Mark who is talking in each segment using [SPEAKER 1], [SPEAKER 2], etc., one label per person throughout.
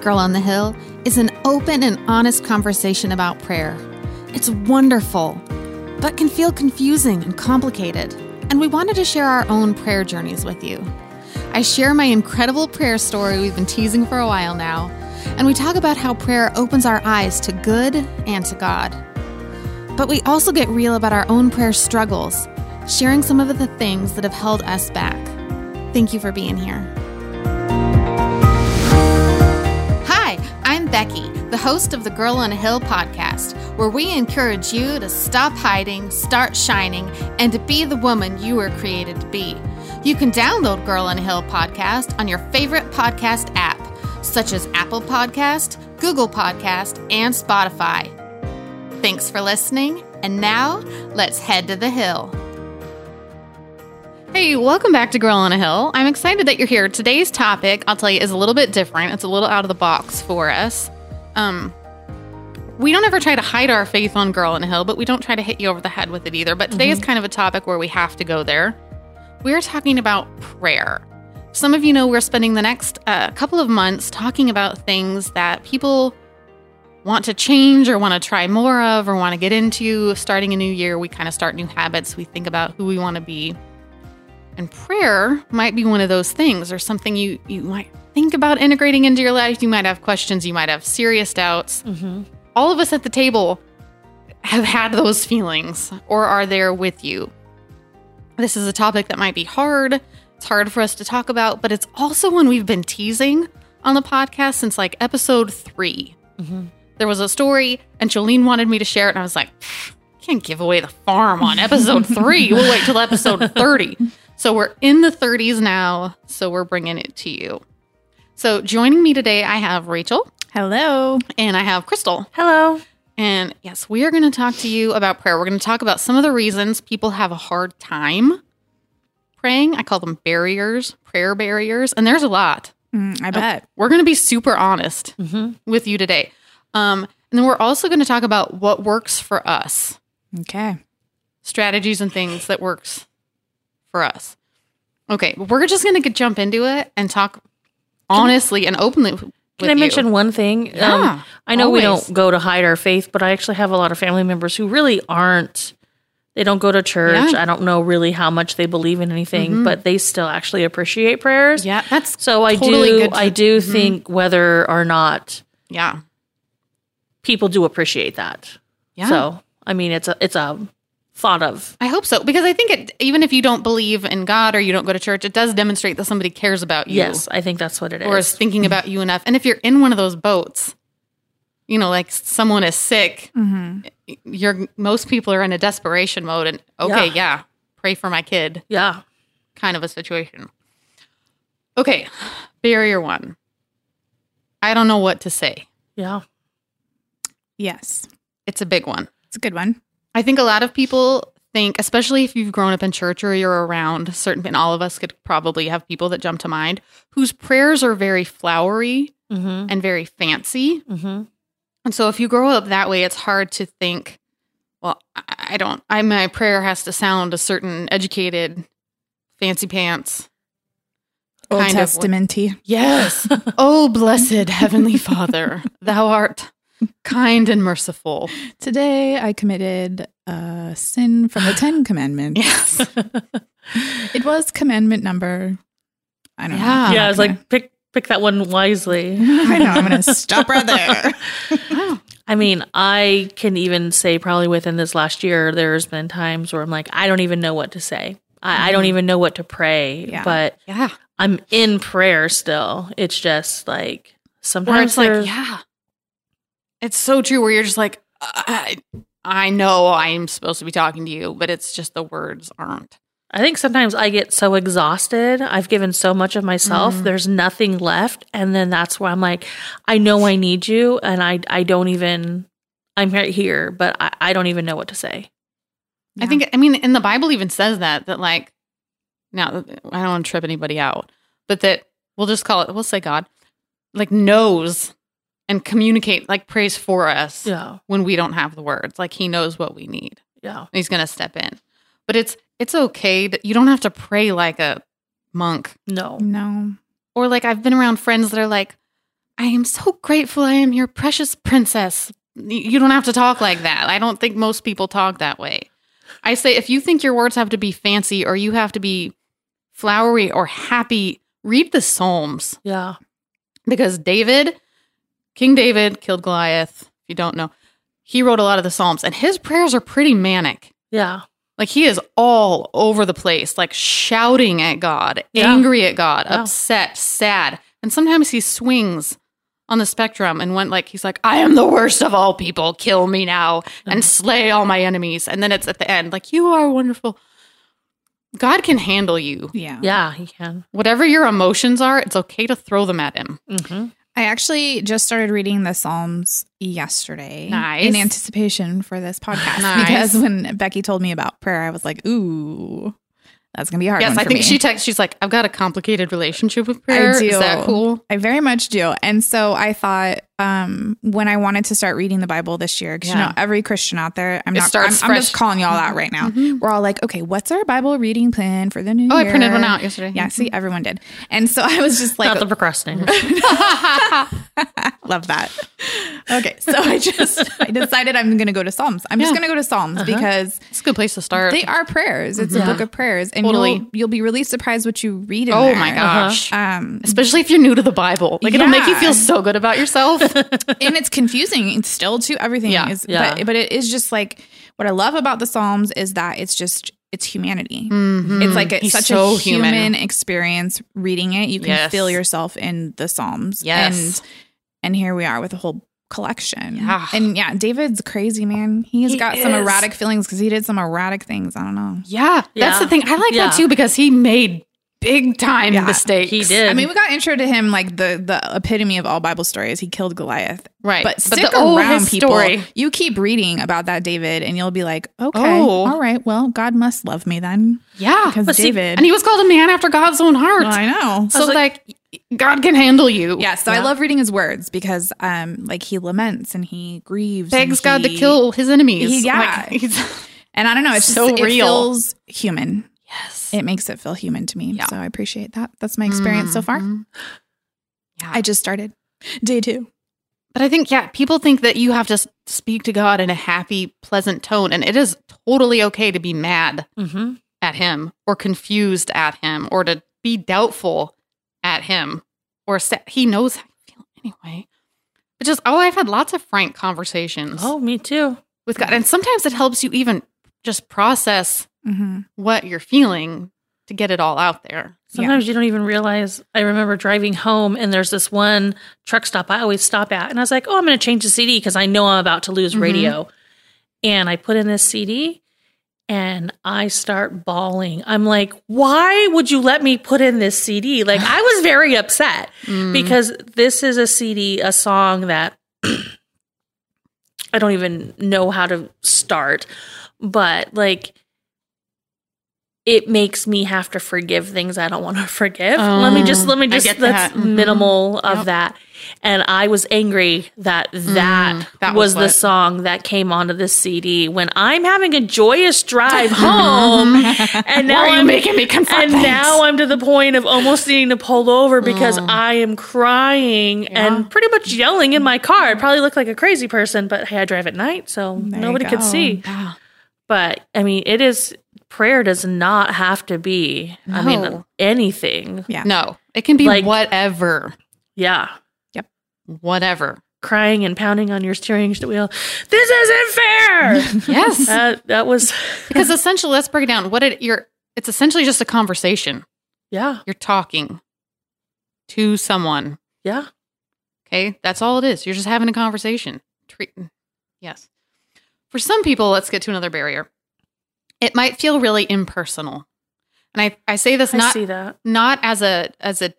[SPEAKER 1] Girl on the Hill is an open and honest conversation about prayer. It's wonderful, but can feel confusing and complicated. And we wanted to share our own prayer journeys with you. I share my incredible prayer story we've been teasing for a while now, and we talk about how prayer opens our eyes to good and to God. But we also get real about our own prayer struggles, sharing some of the things that have held us back. Thank you for being here. Hi, I'm Becky, the host of the Girl on a Hill podcast, where we encourage you to stop hiding, start shining, and to be the woman you were created to be. You can download Girl on a Hill podcast on your favorite podcast app, such as Apple Podcast, Google Podcast, and Spotify. Thanks for listening, and now let's head to the hill. Hey, welcome back to Girl on a Hill. I'm excited that you're here. Today's topic, I'll tell you, is a little bit different. It's a little out of the box for us. Um, we don't ever try to hide our faith on Girl on a Hill, but we don't try to hit you over the head with it either. But today is kind of a topic where we have to go there. We're talking about prayer. Some of you know we're spending the next uh, couple of months talking about things that people want to change or want to try more of or want to get into. Starting a new year, we kind of start new habits. We think about who we want to be. And prayer might be one of those things or something you, you might think about integrating into your life. You might have questions, you might have serious doubts. All of us at the table have had those feelings or are there with you. This is a topic that might be hard. It's hard for us to talk about, but it's also one we've been teasing on the podcast since like episode 3 There was a story, and Jolene wanted me to share it, and I was like, "Pfft, can't give away the farm on episode three. We'll wait till episode 30. So we're in the 30s now, so we're bringing it to you. So joining me today, I have Rachel
[SPEAKER 2] Hello.
[SPEAKER 1] and I have Crystal.
[SPEAKER 2] Hello.
[SPEAKER 1] And yes, we are going to talk to you about prayer. We're going to talk about some of the reasons people have a hard time praying. I call them barriers, prayer barriers, and there's a lot.
[SPEAKER 2] Mm,
[SPEAKER 1] Oh.
[SPEAKER 2] I bet.
[SPEAKER 1] We're going to be super honest with you today. Um, and then we're also going to talk about what works for us,
[SPEAKER 2] Okay.
[SPEAKER 1] strategies and things that works for us. Okay, we're just going to get jump into it and talk honestly and openly. Can
[SPEAKER 3] Can I mention one thing? Um,
[SPEAKER 1] Yeah,
[SPEAKER 3] I know we
[SPEAKER 1] always.
[SPEAKER 3] don't go to hide our faith, but I actually have a lot of family members who really aren't. They don't go to church.
[SPEAKER 1] Yeah. Mm-hmm.
[SPEAKER 3] I don't know really how much they believe in anything, but they still actually appreciate prayers.
[SPEAKER 1] Yeah, that's
[SPEAKER 3] So I
[SPEAKER 1] Totally
[SPEAKER 3] do.
[SPEAKER 1] good to- Mm-hmm.
[SPEAKER 3] I do think whether or not
[SPEAKER 1] yeah,
[SPEAKER 3] people do appreciate that.
[SPEAKER 1] yeah.
[SPEAKER 3] So I mean, it's a it's a thought of
[SPEAKER 1] I hope so because I think it even if you don't believe in God or you don't go to church, it does demonstrate that somebody cares about you
[SPEAKER 3] yes. I think that's what it is.
[SPEAKER 1] or is thinking about you enough. And if you're in one of those boats, you know, like someone is sick,
[SPEAKER 3] Mm-hmm.
[SPEAKER 1] you're most people are in a desperation mode and okay, yeah,
[SPEAKER 3] Yeah.
[SPEAKER 1] pray for my kid
[SPEAKER 3] yeah.
[SPEAKER 1] kind of a situation. Okay, barrier 1. I don't know what to say.
[SPEAKER 3] Yeah.
[SPEAKER 2] Yes.
[SPEAKER 1] It's a big one.
[SPEAKER 2] It's a good one.
[SPEAKER 1] I think a lot of people think, especially if you've grown up in church or you're around certain, and all of us could probably have people that jump to mind whose prayers are very flowery
[SPEAKER 3] Mm-hmm.
[SPEAKER 1] and very fancy.
[SPEAKER 3] Mm-hmm.
[SPEAKER 1] And so if you grow up that way, it's hard to think, well, I I don't, I, my prayer has to sound a certain educated, fancy pants.
[SPEAKER 2] Old
[SPEAKER 1] Kind of
[SPEAKER 2] Testamenty.
[SPEAKER 1] Yes. oh, blessed Heavenly Father, thou art kind and merciful.
[SPEAKER 2] Today I committed a sin from the Ten Commandments.
[SPEAKER 1] Yes.
[SPEAKER 2] It was commandment number. I don't know.
[SPEAKER 1] Yeah.
[SPEAKER 3] yeah. It's like pick pick that one
[SPEAKER 1] Mm-hmm.
[SPEAKER 3] wisely.
[SPEAKER 2] I know. I'm going to stop right there.
[SPEAKER 1] Wow.
[SPEAKER 3] I mean, I can even say probably within this last year, there's been times where I'm like, I don't even know what to say. I, I don't even know what to pray,
[SPEAKER 2] Yeah.
[SPEAKER 3] but
[SPEAKER 1] Yeah.
[SPEAKER 3] I'm in prayer still. It's just like
[SPEAKER 1] where
[SPEAKER 3] sometimes
[SPEAKER 1] it's like,
[SPEAKER 3] there's-
[SPEAKER 1] yeah, it's so true. Where you're just like, I, I know I'm supposed to be talking to you, but it's just the words aren't.
[SPEAKER 3] I think sometimes I get so exhausted. I've given so much of myself. There's nothing left. And then that's where I'm like, I know I need you. And I, I don't even, I'm right here, but I, I don't even know what to say.
[SPEAKER 1] I think. I mean, and the Bible even says that that like, now I don't want to trip anybody out, but that we'll just call it. We'll say God, like knows and communicate like prays for us
[SPEAKER 3] Yeah.
[SPEAKER 1] when we don't have the words. Like He knows what we need.
[SPEAKER 3] Yeah.
[SPEAKER 1] He's gonna step in, but it's it's okay that you don't have to pray like a monk
[SPEAKER 3] No.
[SPEAKER 2] No.
[SPEAKER 1] or like I've been around friends that are like, I am so grateful I am your precious princess. Y- You don't have to talk like that. I don't think most people talk that way. I say, if you think your words have to be fancy or you have to be flowery or happy, read the Psalms
[SPEAKER 3] Yeah.
[SPEAKER 1] because David, King David, killed Goliath. If you don't know, he wrote a lot of the Psalms and his prayers are pretty manic.
[SPEAKER 3] Yeah.
[SPEAKER 1] Like he is all over the place, like shouting at God,
[SPEAKER 3] Yeah.
[SPEAKER 1] angry at God,
[SPEAKER 3] Yeah.
[SPEAKER 1] upset, sad. And sometimes he swings on the spectrum and went like he's like, I am the worst of all people. Kill me now and slay all my enemies. And then it's at the end, like, you are wonderful. God can handle you.
[SPEAKER 2] Yeah.
[SPEAKER 3] Yeah. He can.
[SPEAKER 1] Whatever your emotions are, it's okay to throw them at him.
[SPEAKER 3] hmm
[SPEAKER 2] I actually just started reading the Psalms yesterday
[SPEAKER 1] Nice.
[SPEAKER 2] in anticipation for this podcast
[SPEAKER 1] Nice.
[SPEAKER 2] because when Becky told me about prayer, I was like, "Ooh, that's gonna be a hard."
[SPEAKER 1] yes,
[SPEAKER 2] one
[SPEAKER 1] I
[SPEAKER 2] for
[SPEAKER 1] think
[SPEAKER 2] me.
[SPEAKER 1] she texts, she's like, I've got a complicated relationship with prayer. Is
[SPEAKER 2] do.
[SPEAKER 1] that cool?
[SPEAKER 2] I very much do. And so I thought um, when I wanted to start reading the Bible this year, because you
[SPEAKER 1] Yeah.
[SPEAKER 2] know every Christian out there, I'm
[SPEAKER 1] It
[SPEAKER 2] not. I'm,
[SPEAKER 1] starts
[SPEAKER 2] I'm just
[SPEAKER 1] fresh.
[SPEAKER 2] calling y'all out right now.
[SPEAKER 1] Mhm.
[SPEAKER 2] We're all like, okay, what's our Bible reading plan for the new
[SPEAKER 1] Oh,
[SPEAKER 2] year?
[SPEAKER 1] I printed one out yesterday. Mm-hmm.
[SPEAKER 2] Yeah, see, everyone did. And so I was just like,
[SPEAKER 3] Not the procrastinator.
[SPEAKER 2] love that. Okay, so I just I decided I'm going to go to Psalms. I'm just
[SPEAKER 1] Yeah. Uh-huh.
[SPEAKER 2] going to go to Psalms because
[SPEAKER 1] it's a good place to start.
[SPEAKER 2] they are prayers. It's
[SPEAKER 3] Yeah.
[SPEAKER 2] a book of prayers, and
[SPEAKER 1] Mm-hmm. Totally.
[SPEAKER 2] you'll you'll be really surprised what you read. in
[SPEAKER 1] oh
[SPEAKER 2] there.
[SPEAKER 1] my gosh.
[SPEAKER 2] Um,
[SPEAKER 1] especially if you're new to the Bible. Like it'll make you
[SPEAKER 2] Yeah.
[SPEAKER 1] feel so good about yourself.
[SPEAKER 2] and it's confusing it's still too everything
[SPEAKER 1] Yeah,
[SPEAKER 2] is
[SPEAKER 3] yeah.
[SPEAKER 2] but but it is just like what I love about the Psalms is that it's just it's humanity. It's like it's
[SPEAKER 1] Mm-hmm. He's
[SPEAKER 2] such
[SPEAKER 1] so
[SPEAKER 2] a human,
[SPEAKER 1] human.
[SPEAKER 2] experience reading it. You can
[SPEAKER 1] Yes.
[SPEAKER 2] feel yourself in the Psalms.
[SPEAKER 1] Yes.
[SPEAKER 2] And and here we are with a whole collection.
[SPEAKER 1] Yeah.
[SPEAKER 2] And yeah, David's crazy man. He's
[SPEAKER 1] He
[SPEAKER 2] got some
[SPEAKER 1] is.
[SPEAKER 2] erratic feelings because he did some erratic things. I don't know.
[SPEAKER 1] yeah,
[SPEAKER 3] Yeah.
[SPEAKER 1] that's the thing. I like
[SPEAKER 3] Yeah.
[SPEAKER 1] that too because he made big time
[SPEAKER 2] Yeah.
[SPEAKER 1] mistakes.
[SPEAKER 3] He did.
[SPEAKER 2] I mean, we got intro to him like the the epitome of all Bible stories. He killed Goliath.
[SPEAKER 1] right,
[SPEAKER 2] But stick
[SPEAKER 1] oh,
[SPEAKER 2] around,
[SPEAKER 1] his
[SPEAKER 2] people. You keep reading about that David, and you'll be like, okay,
[SPEAKER 1] Oh. Ah,
[SPEAKER 2] all right, well, God must love me then,
[SPEAKER 1] Yeah,
[SPEAKER 2] because
[SPEAKER 3] But see-
[SPEAKER 2] David.
[SPEAKER 1] and he was called a man after God's own heart.
[SPEAKER 2] Well, I know.
[SPEAKER 1] so
[SPEAKER 3] was
[SPEAKER 1] like, God can handle you.
[SPEAKER 2] Yeah, so I
[SPEAKER 3] Yeah.
[SPEAKER 2] love reading his words because, um, like he laments and he grieves, and
[SPEAKER 1] begs God to
[SPEAKER 2] he-
[SPEAKER 1] kill his enemies.
[SPEAKER 2] He- yeah.
[SPEAKER 1] Like, he's-
[SPEAKER 2] and I don't know. It's
[SPEAKER 1] So
[SPEAKER 2] just, It
[SPEAKER 1] real.
[SPEAKER 2] feels human.
[SPEAKER 1] yes.
[SPEAKER 2] It makes it feel human to me.
[SPEAKER 1] Yeah.
[SPEAKER 2] So I appreciate that. That's my experience so far.
[SPEAKER 1] Mhm. Yeah.
[SPEAKER 2] I just started day two.
[SPEAKER 1] But I think, yeah, people think that you have to s- speak to God in a happy, pleasant tone, and it is totally okay to be mad
[SPEAKER 3] Mhm.
[SPEAKER 1] at him or confused at him or to be doubtful at him or sa- he knows how I feel anyway. But just, oh, I've had lots of frank conversations
[SPEAKER 3] Oh, me too.
[SPEAKER 1] with God. And sometimes it helps you even just process
[SPEAKER 2] Mm-hmm.
[SPEAKER 1] what you're feeling to get it all out there.
[SPEAKER 3] Sometimes you don't even realize. I remember driving home and there's this one truck stop I always stop at. And I was like, oh, I'm going to change the CD because I know I'm about to lose
[SPEAKER 1] Mhm.
[SPEAKER 3] radio. And I put in this CD and I start bawling. I'm like, why would you let me put in this CD? Like, I was very upset
[SPEAKER 1] Mm.
[SPEAKER 3] because this is a CD, a song that I don't even know how to start, but like it makes me have to forgive things I don't want to forgive. let me just let me
[SPEAKER 1] Um, I
[SPEAKER 3] just
[SPEAKER 1] get
[SPEAKER 3] that's
[SPEAKER 1] that. Mhm.
[SPEAKER 3] minimal of
[SPEAKER 1] Yep. Mm,
[SPEAKER 3] that. And I was angry that that,
[SPEAKER 1] that was
[SPEAKER 3] was, the
[SPEAKER 1] what-
[SPEAKER 3] song that came onto the CD when I'm having a joyous drive home and now
[SPEAKER 1] Why are you
[SPEAKER 3] I'm
[SPEAKER 1] making me confront
[SPEAKER 3] and
[SPEAKER 1] things?
[SPEAKER 3] now I'm to the point of almost needing to pull over because I am crying
[SPEAKER 1] Yeah.
[SPEAKER 3] and pretty much yelling in my car. I probably look like a crazy person, but hey, I drive at night, so
[SPEAKER 2] There you
[SPEAKER 3] nobody could
[SPEAKER 2] go.
[SPEAKER 3] see.
[SPEAKER 1] Yeah.
[SPEAKER 3] But I mean, it is prayer does not have to be. I mean,
[SPEAKER 1] No.
[SPEAKER 3] anything.
[SPEAKER 2] Yeah.
[SPEAKER 1] No, it can be
[SPEAKER 3] Like-
[SPEAKER 1] whatever,
[SPEAKER 3] Yeah,
[SPEAKER 1] whatever.
[SPEAKER 3] crying and pounding on your steering wheel. This isn't fair.
[SPEAKER 1] Yes.
[SPEAKER 3] that that was
[SPEAKER 1] because essentially, let's break it down. What it, you're, it's essentially just a conversation.
[SPEAKER 3] yeah
[SPEAKER 1] You're talking to someone.
[SPEAKER 3] yeah
[SPEAKER 1] Okay. That's all it is. You're just having a conversation. Treat- yes. For some people, let's get to another barrier. It might feel really impersonal. And I, I say this
[SPEAKER 3] I
[SPEAKER 1] not
[SPEAKER 3] see that
[SPEAKER 1] not as a as a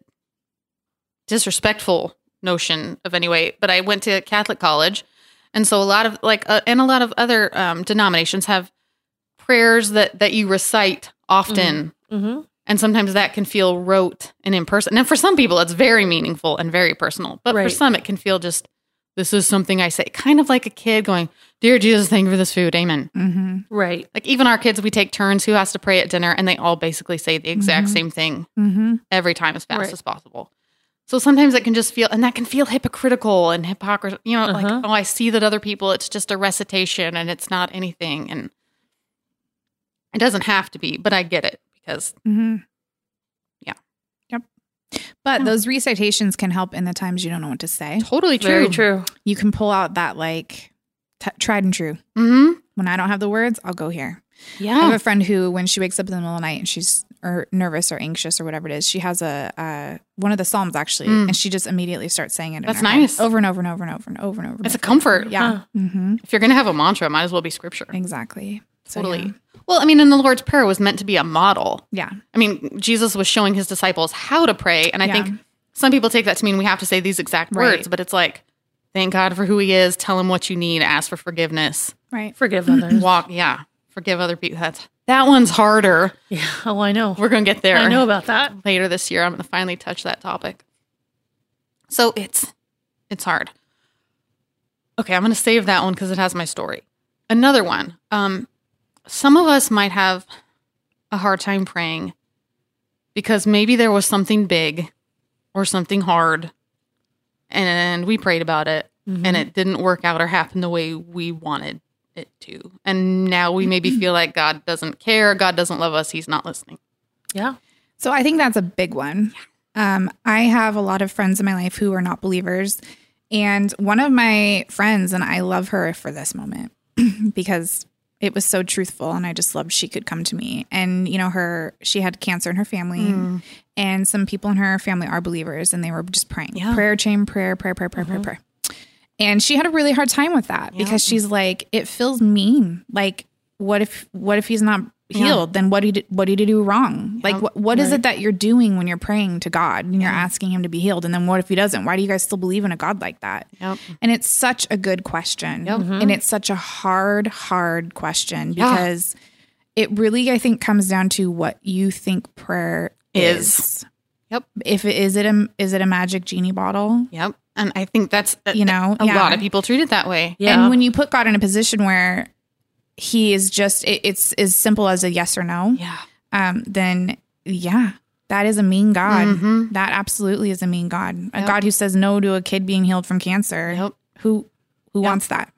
[SPEAKER 1] disrespectful notion of any way but i went to catholic college and so a lot of like uh, and a lot of other um, denominations have prayers that that you recite often
[SPEAKER 3] hmm
[SPEAKER 1] and sometimes that can feel rote and impersonal and for some people it's very meaningful and very personal but for
[SPEAKER 3] Right.
[SPEAKER 1] some it can feel just this is something i say kind of like a kid going dear jesus thank you for this food amen
[SPEAKER 2] Mm-hmm.
[SPEAKER 3] right
[SPEAKER 1] like even our kids we take turns who has to pray at dinner and they all basically say the exact
[SPEAKER 2] Mhm.
[SPEAKER 1] same thing
[SPEAKER 2] Mm-hmm.
[SPEAKER 1] every time as fast
[SPEAKER 3] Mm-hmm. Right.
[SPEAKER 1] as possible. So sometimes it can just feel, and that can feel hypocritical and hypocrisy. You know,
[SPEAKER 3] Uh-huh.
[SPEAKER 1] like, oh, I see that other people, it's just a recitation and it's not anything. And it doesn't have to be, but I get it because
[SPEAKER 2] Mm-hmm.
[SPEAKER 1] Yeah.
[SPEAKER 2] Yep. But
[SPEAKER 1] Yeah.
[SPEAKER 2] those recitations can help in the times you don't know what to say.
[SPEAKER 1] totally true.
[SPEAKER 3] Very true.
[SPEAKER 2] You can pull out that like t- tried and true.
[SPEAKER 1] Mm-hmm.
[SPEAKER 2] When I don't have the words, I'll go here. I have
[SPEAKER 1] Yeah.
[SPEAKER 2] a friend who, when she wakes up in the middle of the night and she's or nervous or anxious or whatever it is, she has a uh, one of the psalms actually,
[SPEAKER 1] Mm.
[SPEAKER 2] and she just immediately starts saying it. in
[SPEAKER 1] That's
[SPEAKER 2] her head
[SPEAKER 1] nice.
[SPEAKER 2] Over and over and over and over and over and over.
[SPEAKER 1] It's a comfort.
[SPEAKER 2] yeah.
[SPEAKER 3] Huh.
[SPEAKER 2] Mm-hmm.
[SPEAKER 1] If you're going to have a mantra, it might as well be scripture.
[SPEAKER 2] Exactly. So,
[SPEAKER 1] Totally. Well, I mean, and the Lord's Prayer was meant to be a model.
[SPEAKER 2] Yeah. yeah.
[SPEAKER 1] I mean, Jesus was showing his disciples how to pray. And I
[SPEAKER 2] Yeah.
[SPEAKER 1] think some people take that to mean we have to say these exact
[SPEAKER 2] Right.
[SPEAKER 1] words, but it's like, thank God for who he is, tell him what you need, ask for forgiveness,
[SPEAKER 2] Right.
[SPEAKER 3] Forgive others.
[SPEAKER 1] walk, yeah, forgive other people. That's that one's harder.
[SPEAKER 3] yeah. Oh, I know.
[SPEAKER 1] We're gonna get there.
[SPEAKER 3] I know about that.
[SPEAKER 1] Later this year, I'm gonna finally touch that topic. So it's it's hard. Okay, I'm gonna save that one because it has my story. Another one. Um, some of us might have a hard time praying because maybe there was something big or something hard, and we prayed about it, and it didn't work out or happen the way we wanted it to, and now we maybe feel like God doesn't care, God doesn't love us, He's not listening.
[SPEAKER 3] Yeah.
[SPEAKER 2] So I think that's a big one. Um, I have a lot of friends in my life who are not believers. And one of my friends, and I love her for this moment because it was so truthful and I just loved she could come to me. And, you know, her, she had cancer in her family. And some people in her family are believers and they were just praying
[SPEAKER 1] Yeah.
[SPEAKER 2] prayer chain, prayer, prayer, prayer, prayer, prayer, prayer. And she had a really hard time with that
[SPEAKER 1] Yeah.
[SPEAKER 2] because she's like, it feels mean. Like, what if, what if he's not healed? Then what did, what did he do wrong? Like,
[SPEAKER 1] Yeah.
[SPEAKER 2] what, what is it that you're doing when you're praying to God and you're asking him to be healed? And then what if he doesn't? Why do you guys still believe in a God like that?
[SPEAKER 1] Yep.
[SPEAKER 2] And it's such a good question. And it's such a hard, hard question
[SPEAKER 1] Yeah.
[SPEAKER 2] because it really, I think, comes down to what you think prayer
[SPEAKER 1] Is.
[SPEAKER 2] is.
[SPEAKER 1] Yep.
[SPEAKER 2] If it is it a is it a magic genie bottle?
[SPEAKER 1] Yep. And I think that's a,
[SPEAKER 2] You know,
[SPEAKER 1] a
[SPEAKER 2] yeah.
[SPEAKER 1] lot of people treat it that way.
[SPEAKER 3] Yeah.
[SPEAKER 2] And when you put God in a position where he is just it, it's as simple as a yes or no,
[SPEAKER 1] Yeah.
[SPEAKER 2] um, then yeah, that is a mean God.
[SPEAKER 1] Mhm.
[SPEAKER 2] That absolutely is a mean God. A
[SPEAKER 1] Yep.
[SPEAKER 2] God who says no to a kid being healed from cancer.
[SPEAKER 1] Yep.
[SPEAKER 2] Who who wants that?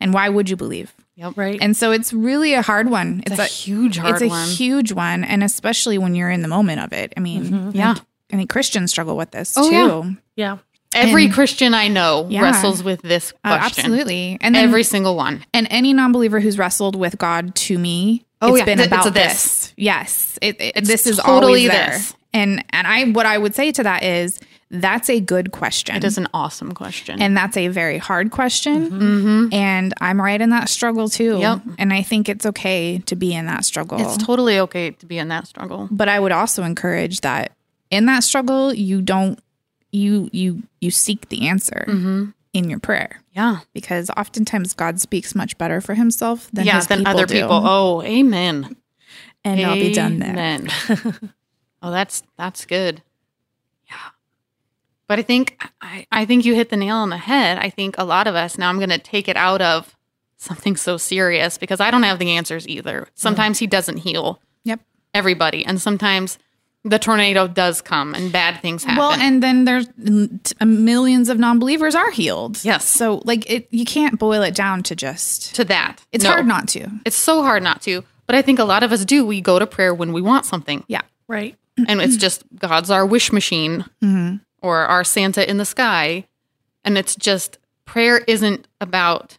[SPEAKER 2] And why would you believe?
[SPEAKER 1] Yep.
[SPEAKER 3] right.
[SPEAKER 2] And so it's really a hard one.
[SPEAKER 1] It's, a, huge hard
[SPEAKER 2] it's a
[SPEAKER 1] one.
[SPEAKER 2] huge one, and especially when you're in the moment of it. I mean,
[SPEAKER 1] Yeah.
[SPEAKER 2] I think Christians struggle with this
[SPEAKER 1] Mm-hmm. Oh,
[SPEAKER 2] too.
[SPEAKER 1] yeah.
[SPEAKER 3] yeah.
[SPEAKER 1] Every
[SPEAKER 2] and-
[SPEAKER 1] Christian I know
[SPEAKER 2] Yeah.
[SPEAKER 1] wrestles with this question.
[SPEAKER 2] Uh, absolutely, and then,
[SPEAKER 1] Every single one.
[SPEAKER 2] and any non-believer who's wrestled with God to me,
[SPEAKER 1] Oh,
[SPEAKER 2] it's
[SPEAKER 1] yeah.
[SPEAKER 2] been
[SPEAKER 1] Th- it's
[SPEAKER 2] about
[SPEAKER 1] a
[SPEAKER 2] this.
[SPEAKER 1] this.
[SPEAKER 2] Yes, it, it-
[SPEAKER 1] It's
[SPEAKER 2] this is
[SPEAKER 1] totally
[SPEAKER 2] always there.
[SPEAKER 1] this.
[SPEAKER 2] And and I what I would say to that is that's a good question.
[SPEAKER 1] It is an awesome question.
[SPEAKER 2] and that's a very hard question.
[SPEAKER 1] mm-hmm.
[SPEAKER 2] And I'm right in that struggle too.
[SPEAKER 1] Yep.
[SPEAKER 2] And I think it's okay to be in that struggle.
[SPEAKER 1] It's totally okay to be in that struggle.
[SPEAKER 2] but I would also encourage that in that struggle, you don't you you you seek the answer
[SPEAKER 1] Mm-hmm.
[SPEAKER 2] in your prayer
[SPEAKER 1] Yeah.
[SPEAKER 2] because oftentimes God speaks much better for Himself than
[SPEAKER 1] yeah.
[SPEAKER 2] his
[SPEAKER 1] Than
[SPEAKER 2] people
[SPEAKER 1] other
[SPEAKER 2] do.
[SPEAKER 1] people. Oh, amen.
[SPEAKER 2] and I'll be done there.
[SPEAKER 1] Amen. oh, that's that's good. Yeah. But I think I, I think you hit the nail on the head. I think a lot of us now I'm gonna take it out of something so serious because I don't have the answers either. Sometimes he doesn't heal
[SPEAKER 2] Yep.
[SPEAKER 1] everybody, and sometimes the tornado does come and bad things happen.
[SPEAKER 2] Well, and then there's mm, t- millions of non-believers are healed.
[SPEAKER 1] Yes.
[SPEAKER 2] So like it, you can't boil it down to just.
[SPEAKER 1] to that.
[SPEAKER 2] It's
[SPEAKER 1] No.
[SPEAKER 2] hard not to.
[SPEAKER 1] It's so hard not to. But I think a lot of us do. We go to prayer when we want something.
[SPEAKER 2] Yeah.
[SPEAKER 3] Right.
[SPEAKER 1] and it's just God's our wish machine or our Santa in the sky. And it's just prayer isn't about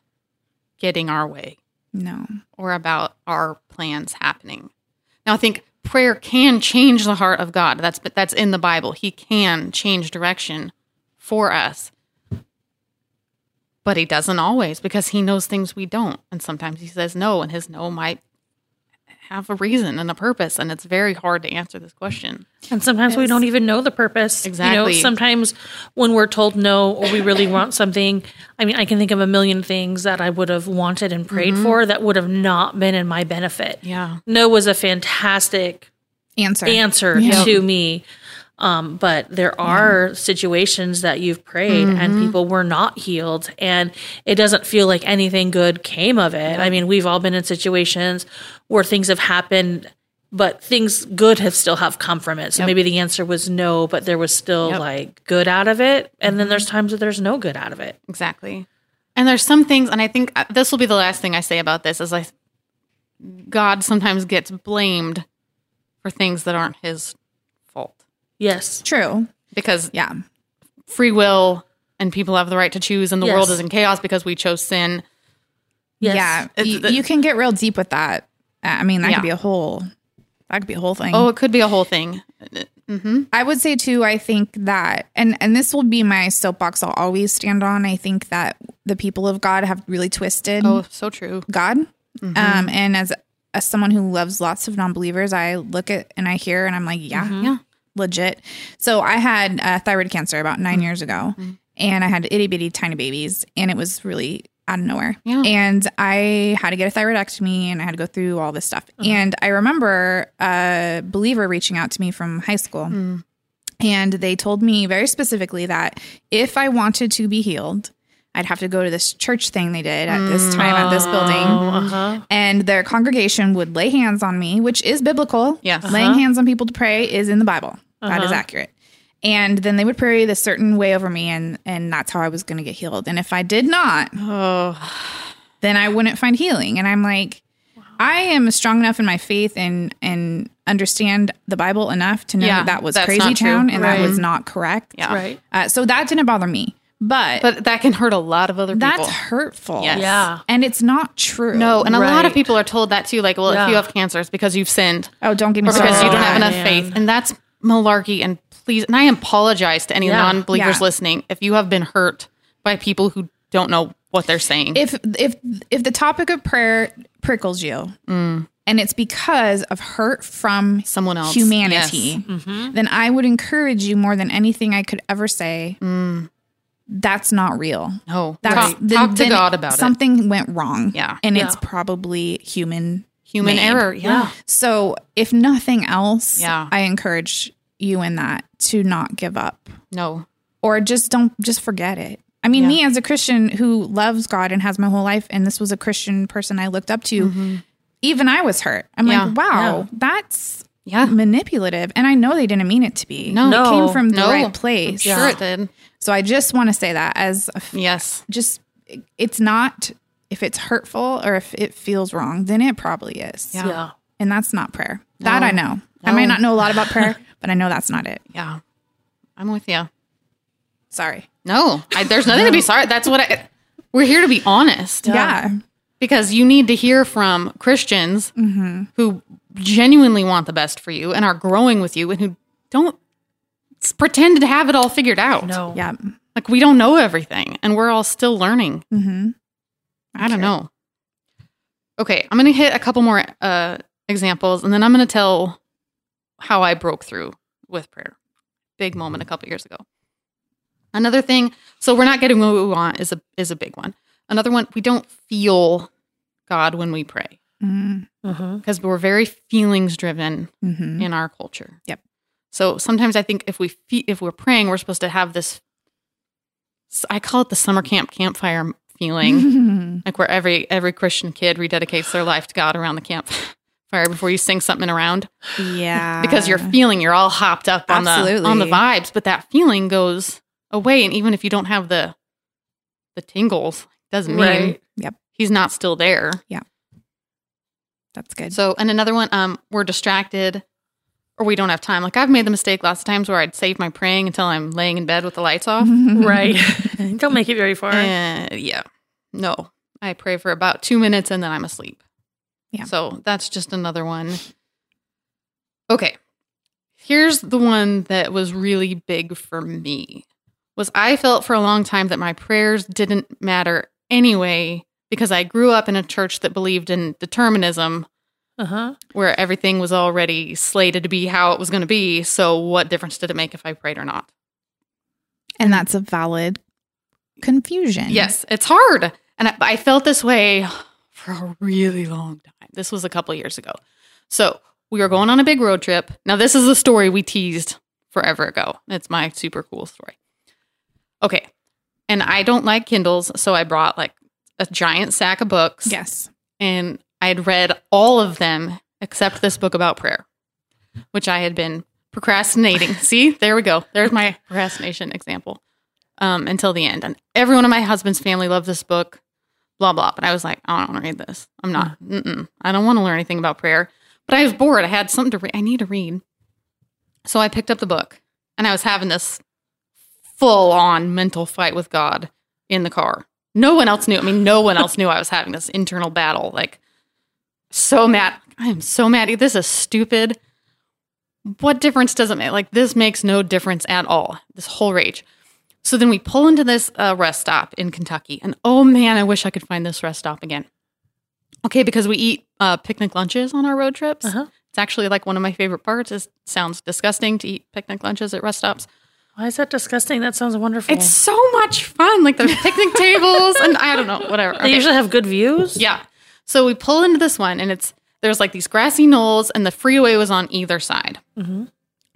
[SPEAKER 1] getting our way
[SPEAKER 2] No.
[SPEAKER 1] or about our plans happening. Now, I think prayer can change the heart of God. That's that's in the Bible. He can change direction for us. But he doesn't always because he knows things we don't. And sometimes he says no, and his no might have a reason and a purpose. And it's very hard to answer this question.
[SPEAKER 3] And sometimes we don't even know the purpose. You
[SPEAKER 1] Exactly.
[SPEAKER 3] know, sometimes when we're told no or we really want something, I mean, I can think of a million things that I would have wanted and prayed for that would have not been in my benefit.
[SPEAKER 1] Yeah.
[SPEAKER 3] No was a fantastic
[SPEAKER 2] Answer.
[SPEAKER 3] answer
[SPEAKER 2] Yeah.
[SPEAKER 3] to me. Um, but there are situations that you've prayed and people were not healed, and it doesn't feel like anything good came of it. I mean, we've all been in situations where things have happened but things good have still have come from it. So maybe the answer was no, but there was still
[SPEAKER 1] Yep.
[SPEAKER 3] like good out of it. And then there's times that there's no good out of it.
[SPEAKER 1] Exactly. And there's some things, and I think uh, this will be the last thing I say about this is I, God sometimes gets blamed for things that aren't his fault
[SPEAKER 3] Yes.
[SPEAKER 2] True.
[SPEAKER 1] because
[SPEAKER 2] Yeah.
[SPEAKER 1] free will and people have the right to choose, and the world
[SPEAKER 3] Yes.
[SPEAKER 1] is in chaos because we chose sin.
[SPEAKER 3] Yes.
[SPEAKER 2] Yeah.
[SPEAKER 1] It's
[SPEAKER 2] You,
[SPEAKER 1] the-
[SPEAKER 2] you can get real deep with that. Uh, I mean, that
[SPEAKER 1] Yeah.
[SPEAKER 2] could be a whole that could be a whole thing.
[SPEAKER 1] Oh, it could be a whole thing. Mm-hmm.
[SPEAKER 2] I would say too, I think that and and this will be my soapbox I'll always stand on. I think that the people of God have really twisted
[SPEAKER 1] Oh, so true.
[SPEAKER 2] God. Um and as as someone who loves lots of non-believers, I look at and I hear and I'm like, yeah,
[SPEAKER 1] Yeah.
[SPEAKER 2] legit. So I had uh, thyroid cancer about 9 years ago, and I had itty bitty tiny babies, and it was really out of nowhere.
[SPEAKER 1] Yeah.
[SPEAKER 2] And I had to get a thyroidectomy, and I had to go through all this stuff. And I remember a believer reaching out to me from high school. And they told me very specifically that if I wanted to be healed, I'd have to go to this church thing they did at this time at this building.
[SPEAKER 3] Uh huh.
[SPEAKER 2] And their congregation would lay hands on me, which is biblical.
[SPEAKER 1] Yes.
[SPEAKER 2] Laying hands on people to pray is in the Bible. That is
[SPEAKER 3] Uh-huh.
[SPEAKER 2] accurate. And then they would pray this certain way over me and and that's how I was going to get healed. And if I did not,
[SPEAKER 1] Oh,
[SPEAKER 2] then I wouldn't find healing. And I'm like, I am strong enough in my faith and and understand the Bible enough to know
[SPEAKER 1] Yeah,
[SPEAKER 2] that, that was
[SPEAKER 1] that's
[SPEAKER 2] crazy
[SPEAKER 1] not true.
[SPEAKER 2] town and
[SPEAKER 1] Right.
[SPEAKER 2] that was not correct.
[SPEAKER 1] Yeah.
[SPEAKER 3] Right.
[SPEAKER 2] Uh, so that didn't bother me, but,
[SPEAKER 1] but that can hurt a lot of other people.
[SPEAKER 2] that's hurtful.
[SPEAKER 1] Yes.
[SPEAKER 3] Yeah.
[SPEAKER 2] and it's not true.
[SPEAKER 1] no, and a lot of
[SPEAKER 3] Right.
[SPEAKER 1] people are told that too. Like, well, if
[SPEAKER 3] Yeah.
[SPEAKER 1] you have cancer, it's because you've sinned.
[SPEAKER 2] Oh, don't give me
[SPEAKER 1] or because
[SPEAKER 2] started
[SPEAKER 1] you
[SPEAKER 2] on
[SPEAKER 1] don't have
[SPEAKER 2] that.
[SPEAKER 1] enough
[SPEAKER 3] man.
[SPEAKER 1] faith. And that's malarkey. And please, and I apologize to any
[SPEAKER 3] Yeah.
[SPEAKER 1] non believers
[SPEAKER 2] Yeah.
[SPEAKER 1] listening if you have been hurt by people who don't know what they're saying.
[SPEAKER 2] if if if the topic of prayer prickles you and it's because of hurt from
[SPEAKER 1] Someone else.
[SPEAKER 2] humanity
[SPEAKER 1] Yes.
[SPEAKER 2] then i would encourage you more than anything i could ever say that's not real
[SPEAKER 1] no,
[SPEAKER 2] that's
[SPEAKER 1] talk,
[SPEAKER 2] then-
[SPEAKER 1] talk to
[SPEAKER 2] then
[SPEAKER 1] God about it.
[SPEAKER 2] something went wrong
[SPEAKER 1] Yeah.
[SPEAKER 2] and
[SPEAKER 3] Yeah.
[SPEAKER 2] it's probably human
[SPEAKER 1] Human
[SPEAKER 2] made.
[SPEAKER 1] error. Yeah.
[SPEAKER 2] so if nothing else
[SPEAKER 1] Yeah.
[SPEAKER 2] i encourage you in that to not give up
[SPEAKER 1] No.
[SPEAKER 2] or just don't just forget it. I mean,
[SPEAKER 1] Yeah.
[SPEAKER 2] me as a Christian who loves God and has my whole life, and this was a Christian person I looked up to, even I was hurt. I'm
[SPEAKER 1] Mm-hmm. Yeah.
[SPEAKER 2] like, wow, that's
[SPEAKER 1] Yeah.
[SPEAKER 2] manipulative. And I know they didn't mean it to be.
[SPEAKER 1] No.
[SPEAKER 2] it came from the
[SPEAKER 1] No.
[SPEAKER 2] right place.
[SPEAKER 1] Sure, it did.
[SPEAKER 2] So I just want to say that as a f-
[SPEAKER 1] Yes.
[SPEAKER 2] just, it's not, if it's hurtful or if it feels wrong, then it probably is.
[SPEAKER 1] Yeah.
[SPEAKER 3] Yeah.
[SPEAKER 2] And that's not prayer. That I know. I
[SPEAKER 1] No.
[SPEAKER 2] might not know a lot about prayer, but I know that's not it.
[SPEAKER 1] Yeah. I'm with you.
[SPEAKER 2] Sorry.
[SPEAKER 1] No, I, there's nothing to be sorry. That's what I, we're here to be honest.
[SPEAKER 2] Yeah.
[SPEAKER 1] because you need to hear from Christians who genuinely want the best for you and are growing with you and who don't s- pretend to have it all figured out.
[SPEAKER 3] No.
[SPEAKER 2] Yeah.
[SPEAKER 1] Like we don't know everything and we're all still learning.
[SPEAKER 2] Mm-hmm.
[SPEAKER 1] I don't know. Okay, I'm going to hit a couple more uh examples and then I'm going to tell how I broke through with prayer. Big moment a couple years ago. Another thing, so we're not getting what we want is a is a big one. Another one, we don't feel God when we pray
[SPEAKER 2] Mm-hmm.
[SPEAKER 3] Mm-hmm.
[SPEAKER 1] because we're very feelings driven in our culture.
[SPEAKER 2] Yep.
[SPEAKER 1] So sometimes I think if we fe- if we're praying, we're supposed to have this. s- I call it the summer camp campfire feeling, like where every every Christian kid rededicates their life to God around the campfire before you sing something around
[SPEAKER 2] yeah.
[SPEAKER 1] because you're feeling you're all hopped up on the on the
[SPEAKER 2] Ah. Absolutely.
[SPEAKER 1] vibes, but that feeling goes away, and even if you don't have the the tingles, doesn't mean
[SPEAKER 3] Right.
[SPEAKER 2] Yep.
[SPEAKER 1] he's not still there.
[SPEAKER 2] That's good.
[SPEAKER 1] So, and another one, um, we're distracted or we don't have time. Like I've made the mistake lots of times where I'd save my praying until I'm laying in bed with the lights off.
[SPEAKER 2] Mm-hmm.
[SPEAKER 3] Right. don't make it very far.
[SPEAKER 1] Uh, yeah. No, I pray for about two minutes and then I'm asleep.
[SPEAKER 2] Yeah.
[SPEAKER 1] So that's just another one. Okay. Here's the one that was really big for me was I felt for a long time that my prayers didn't matter anyway because I grew up in a church that believed in determinism
[SPEAKER 3] Uh huh.
[SPEAKER 1] where everything was already slated to be how it was going to be. So, what difference did it make if I prayed or not?
[SPEAKER 2] and that's a valid confusion.
[SPEAKER 1] Yes, it's hard. And I, I felt this way for a really long time. This was a couple years ago. So, we were going on a big road trip. Now, this is a story we teased forever ago. It's my super cool story. Okay. And I don't like Kindles. So, I brought like a giant sack of books.
[SPEAKER 2] Yes.
[SPEAKER 1] and I had read all of them except this book about prayer, which I had been procrastinating. See, there we go. There's my procrastination example um, until the end. And everyone in my husband's family loved this book, blah, blah. But I was like, I don't want to read this. I'm not, mm-mm. I don't want to learn anything about prayer. But I was bored. I had something to read. I need to read. So I picked up the book and I was having this full on mental fight with God in the car. No one else knew. I mean, no one else knew I was having this internal battle. Like, so mad. I am so mad. This is stupid. What difference does it make? Like, this makes no difference at all. This whole rage. So then we pull into this uh, rest stop in Kentucky. And oh man, I wish I could find this rest stop again. Okay, because we eat uh, picnic lunches on our road trips.
[SPEAKER 3] Uh-huh.
[SPEAKER 1] It's actually like one of my favorite parts. It sounds disgusting to eat picnic lunches at rest stops.
[SPEAKER 3] Why is that disgusting? That sounds wonderful.
[SPEAKER 1] It's so much fun, like the picnic tables, and I don't know, whatever.
[SPEAKER 3] they
[SPEAKER 1] Okay.
[SPEAKER 3] usually have good views.
[SPEAKER 1] Yeah. So we pull into this one, and it's there's like these grassy knolls, and the freeway was on either side.
[SPEAKER 3] Mhm.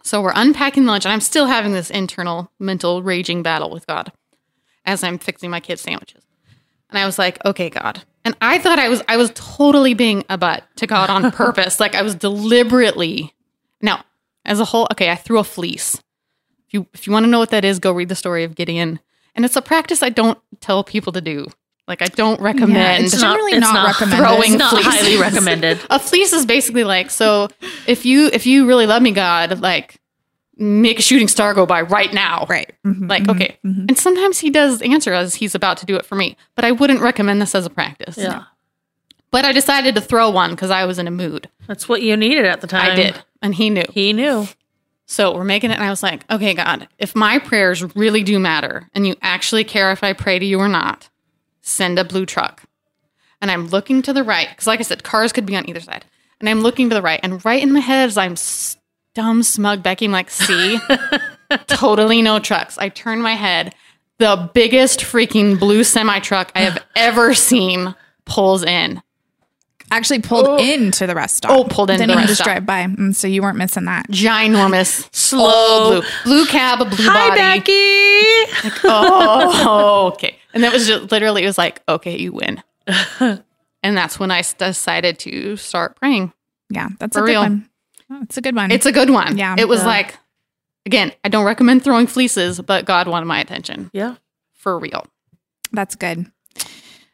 [SPEAKER 1] So we're unpacking lunch, and I'm still having this internal mental raging battle with God as I'm fixing my kids' sandwiches. And I was like, okay, God. And I thought I was I was totally being a butt to God on purpose. like I was deliberately now, as a whole, okay, I threw a fleece. If you if you want to know what that is, go read the story of Gideon. And it's a practice I don't tell people to do. Like I don't recommend
[SPEAKER 2] it's Generally not recommended.
[SPEAKER 1] Throwing
[SPEAKER 3] it's not
[SPEAKER 1] fleeces.
[SPEAKER 3] highly recommended.
[SPEAKER 1] a fleece is basically like so if you if you really love me god like make a shooting star go by right now
[SPEAKER 2] Right. Mhm,
[SPEAKER 1] like
[SPEAKER 2] mhm.
[SPEAKER 1] okay and sometimes he does answer as he's about to do it for me but i wouldn't recommend this as a practice
[SPEAKER 3] Yeah.
[SPEAKER 1] but i decided to throw one because i was in a mood
[SPEAKER 3] That's what you needed at the time.
[SPEAKER 1] i did and he knew
[SPEAKER 3] He knew.
[SPEAKER 1] so we're making it and i was like okay god if my prayers really do matter and you actually care if i pray to you or not send a blue truck and I'm looking to the right because, like I said, cars could be on either side. And I'm looking to the right, and right in my head as I'm s- dumb, smug Becky, I'm like, see, totally no trucks. I turn my head, the biggest freaking blue semi truck I have ever seen pulls in.
[SPEAKER 2] Actually pulled Oh. into the rest stop.
[SPEAKER 1] Oh, pulled into
[SPEAKER 2] Didn't
[SPEAKER 1] the
[SPEAKER 2] even
[SPEAKER 1] rest
[SPEAKER 2] just
[SPEAKER 1] stop.
[SPEAKER 2] drive by. Mm, so you weren't missing that.
[SPEAKER 1] Ginormous,
[SPEAKER 3] Slow.
[SPEAKER 1] blue, blue cab, blue
[SPEAKER 3] Hi,
[SPEAKER 1] body.
[SPEAKER 3] Becky.
[SPEAKER 1] oh, okay. And that was just literally, it was like, okay, you win. and that's when I s- decided to start praying.
[SPEAKER 2] Yeah, that's
[SPEAKER 1] For
[SPEAKER 2] a good
[SPEAKER 1] real.
[SPEAKER 2] one. Oh, That's a good one.
[SPEAKER 1] It's a good one.
[SPEAKER 2] Yeah.
[SPEAKER 1] It was
[SPEAKER 3] Yeah.
[SPEAKER 1] like, again, I don't recommend throwing fleeces, but God wanted my attention
[SPEAKER 3] yeah.
[SPEAKER 1] for real.
[SPEAKER 2] That's good.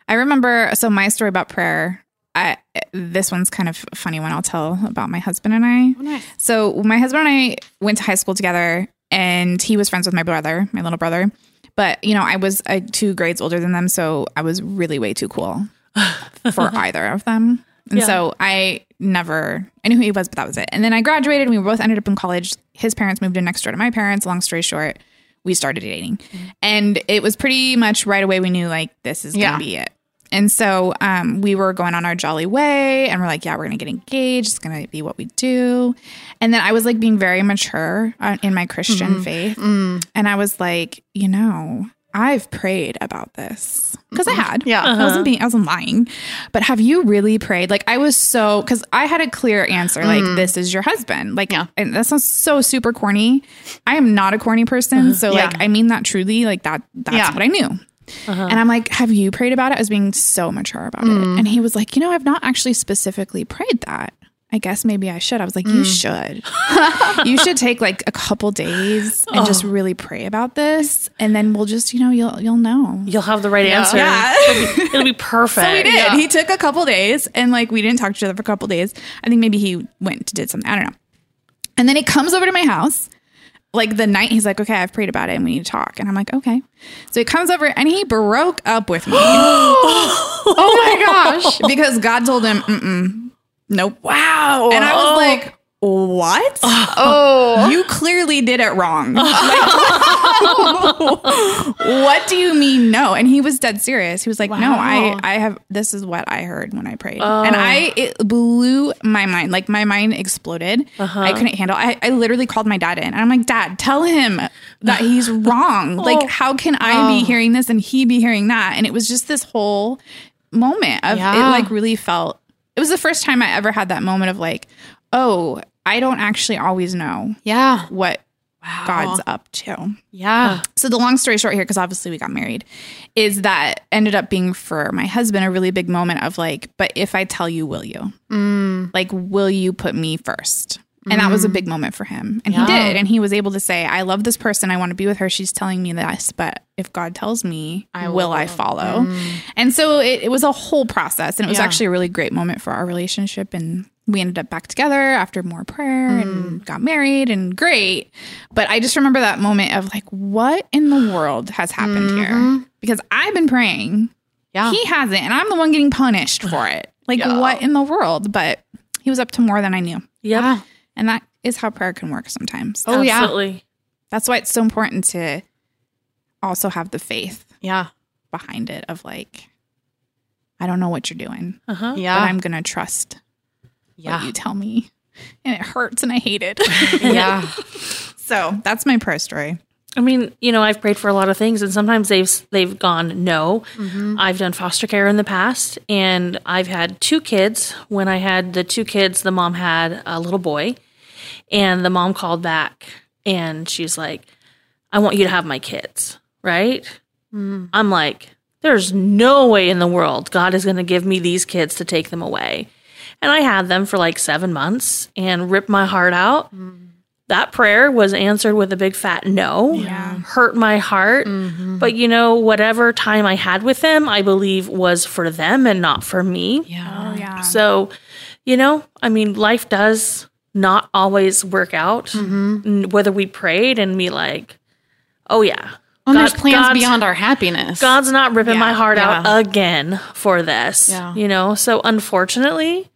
[SPEAKER 2] I remember so my story about prayer. I this one's kind of a funny one I'll tell about my husband and I. So my husband and I went to high school together, and he was friends with my brother, my little brother. But you know, I was uh, two grades older than them, so I was really way too cool for either of them. And
[SPEAKER 3] Yeah.
[SPEAKER 2] so I never, I knew who he was, but that was it. And then I graduated, and we both ended up in college. His parents moved in next door to my parents. Long story short, we started dating, and it was pretty much right away we knew like this is
[SPEAKER 1] Yeah.
[SPEAKER 2] gonna be it. And so um, we were going on our jolly way, and we're like, yeah, we're gonna get engaged. It's gonna be what we do. And then I was like being very mature uh, in my Christian
[SPEAKER 1] Mm-hmm.
[SPEAKER 2] faith,
[SPEAKER 1] Mm.
[SPEAKER 2] and I was like, you know, I've prayed about this because I had,
[SPEAKER 1] Mm-hmm. Yeah.
[SPEAKER 2] I wasn't being, I wasn't lying. But have you really prayed? Like I was so because I had a clear answer. Like this is your husband. Like
[SPEAKER 1] Mm. Yeah.
[SPEAKER 2] and that sounds so super corny. I am not a corny person, so
[SPEAKER 1] Uh-huh. Yeah.
[SPEAKER 2] like I mean that truly. Like that. That's
[SPEAKER 1] Yeah. Uh-huh.
[SPEAKER 2] what I knew. And I'm like, have you prayed about it? I was being so mature about
[SPEAKER 1] Mm.
[SPEAKER 2] it. And he was like, you know, I've not actually specifically prayed that. I guess maybe I should. I was like,
[SPEAKER 1] Mm.
[SPEAKER 2] you should. you should take like a couple days and just
[SPEAKER 1] Oh.
[SPEAKER 2] really pray about this, and then we'll just, you know, you'll you'll know.
[SPEAKER 3] You'll have the right answer. It'll be perfect.
[SPEAKER 2] So we did.
[SPEAKER 1] Yeah.
[SPEAKER 2] He took a couple days and like we didn't talk to each other for a couple days. I think maybe he went to did something. I don't know. And then he comes over to my house. Like the night he's like, okay, I've prayed about it and we need to talk. And I'm like, okay. So he comes over and he broke up with me
[SPEAKER 1] Oh my gosh.
[SPEAKER 2] because God told him, mm-mm, nope.
[SPEAKER 3] Wow.
[SPEAKER 2] And I was like, what?
[SPEAKER 1] Oh.
[SPEAKER 2] you clearly did it wrong. Like, what do you mean no? And he was dead serious. He was like, no, I, I have, this is what I heard when I prayed.
[SPEAKER 1] Oh.
[SPEAKER 2] And I, it blew my mind. Like my mind exploded.
[SPEAKER 1] Uh-huh.
[SPEAKER 2] I couldn't handle I, I literally called my dad in and I'm like, dad, tell him that he's wrong.
[SPEAKER 1] Oh.
[SPEAKER 2] Like, how can I be hearing this and he be hearing that? And it was just this whole moment of
[SPEAKER 1] Yeah.
[SPEAKER 2] it like really felt it was the first time I ever had that moment of like, oh, I don't actually always know
[SPEAKER 1] Yeah.
[SPEAKER 2] what
[SPEAKER 1] Wow.
[SPEAKER 2] God's up to.
[SPEAKER 1] Yeah.
[SPEAKER 2] So the long story short here, because obviously we got married, is that ended up being for my husband a really big moment of like, but if I tell you, will you?
[SPEAKER 1] Mm.
[SPEAKER 2] Like, will you put me first? And that was a big moment for him. And
[SPEAKER 1] Yeah.
[SPEAKER 2] he did. And he was able to say, I love this person. I want to be with her. She's telling me this, but if God tells me,
[SPEAKER 1] I
[SPEAKER 2] I
[SPEAKER 1] will
[SPEAKER 2] will, I
[SPEAKER 1] follow."
[SPEAKER 2] follow? And so it, it was a whole process. And it was
[SPEAKER 1] Yeah.
[SPEAKER 2] actually a really great moment for our relationship. And we ended up back together after more prayer and got married and great. But I just remember that moment of like, what in the world has happened here? Because I've been praying
[SPEAKER 1] Yeah.
[SPEAKER 2] he hasn't, and I'm the one getting punished for it. Oh. Like,
[SPEAKER 1] Yeah.
[SPEAKER 2] what in the world? But he was up to more than I knew.
[SPEAKER 3] Yep.
[SPEAKER 1] Yeah.
[SPEAKER 2] And that is how prayer can work sometimes.
[SPEAKER 1] Oh, yeah.
[SPEAKER 3] Absolutely.
[SPEAKER 2] That's why it's so important to also have the faith
[SPEAKER 1] Yeah.
[SPEAKER 2] behind it of like, I don't know what you're doing,
[SPEAKER 3] Uh-huh.
[SPEAKER 1] Yeah.
[SPEAKER 2] but I'm going to trust what
[SPEAKER 1] yeah.
[SPEAKER 2] you tell me. And it hurts and I hate it.
[SPEAKER 1] yeah.
[SPEAKER 2] so that's my prayer story.
[SPEAKER 3] I mean, you know, I've prayed for a lot of things, and sometimes they've they've gone no. I've done foster care in the past, and I've had two kids. When I had the two kids, the mom had a little boy, and the mom called back, and she's like, "I want you to have my kids." Right? I'm like, "There's no way in the world God is going to give me these kids to take them away." And I had them for like seven months and ripped my heart out. That prayer was answered with a big fat no.
[SPEAKER 2] Yeah.
[SPEAKER 3] Hurt my heart. But you know, whatever time I had with them, I believe was for them and not for me.
[SPEAKER 1] Yeah.
[SPEAKER 2] Oh, yeah.
[SPEAKER 3] So, you know, I mean, life does not always work out,
[SPEAKER 1] Mm-hmm.
[SPEAKER 3] N- whether we prayed and be like, oh, yeah.
[SPEAKER 1] Well, there's
[SPEAKER 3] God-
[SPEAKER 1] plans
[SPEAKER 3] God's-
[SPEAKER 1] beyond our happiness.
[SPEAKER 3] God's not ripping
[SPEAKER 2] Yeah,
[SPEAKER 3] my heart
[SPEAKER 1] yeah.
[SPEAKER 3] out again for this.
[SPEAKER 1] Yeah.
[SPEAKER 3] You know, so unfortunately,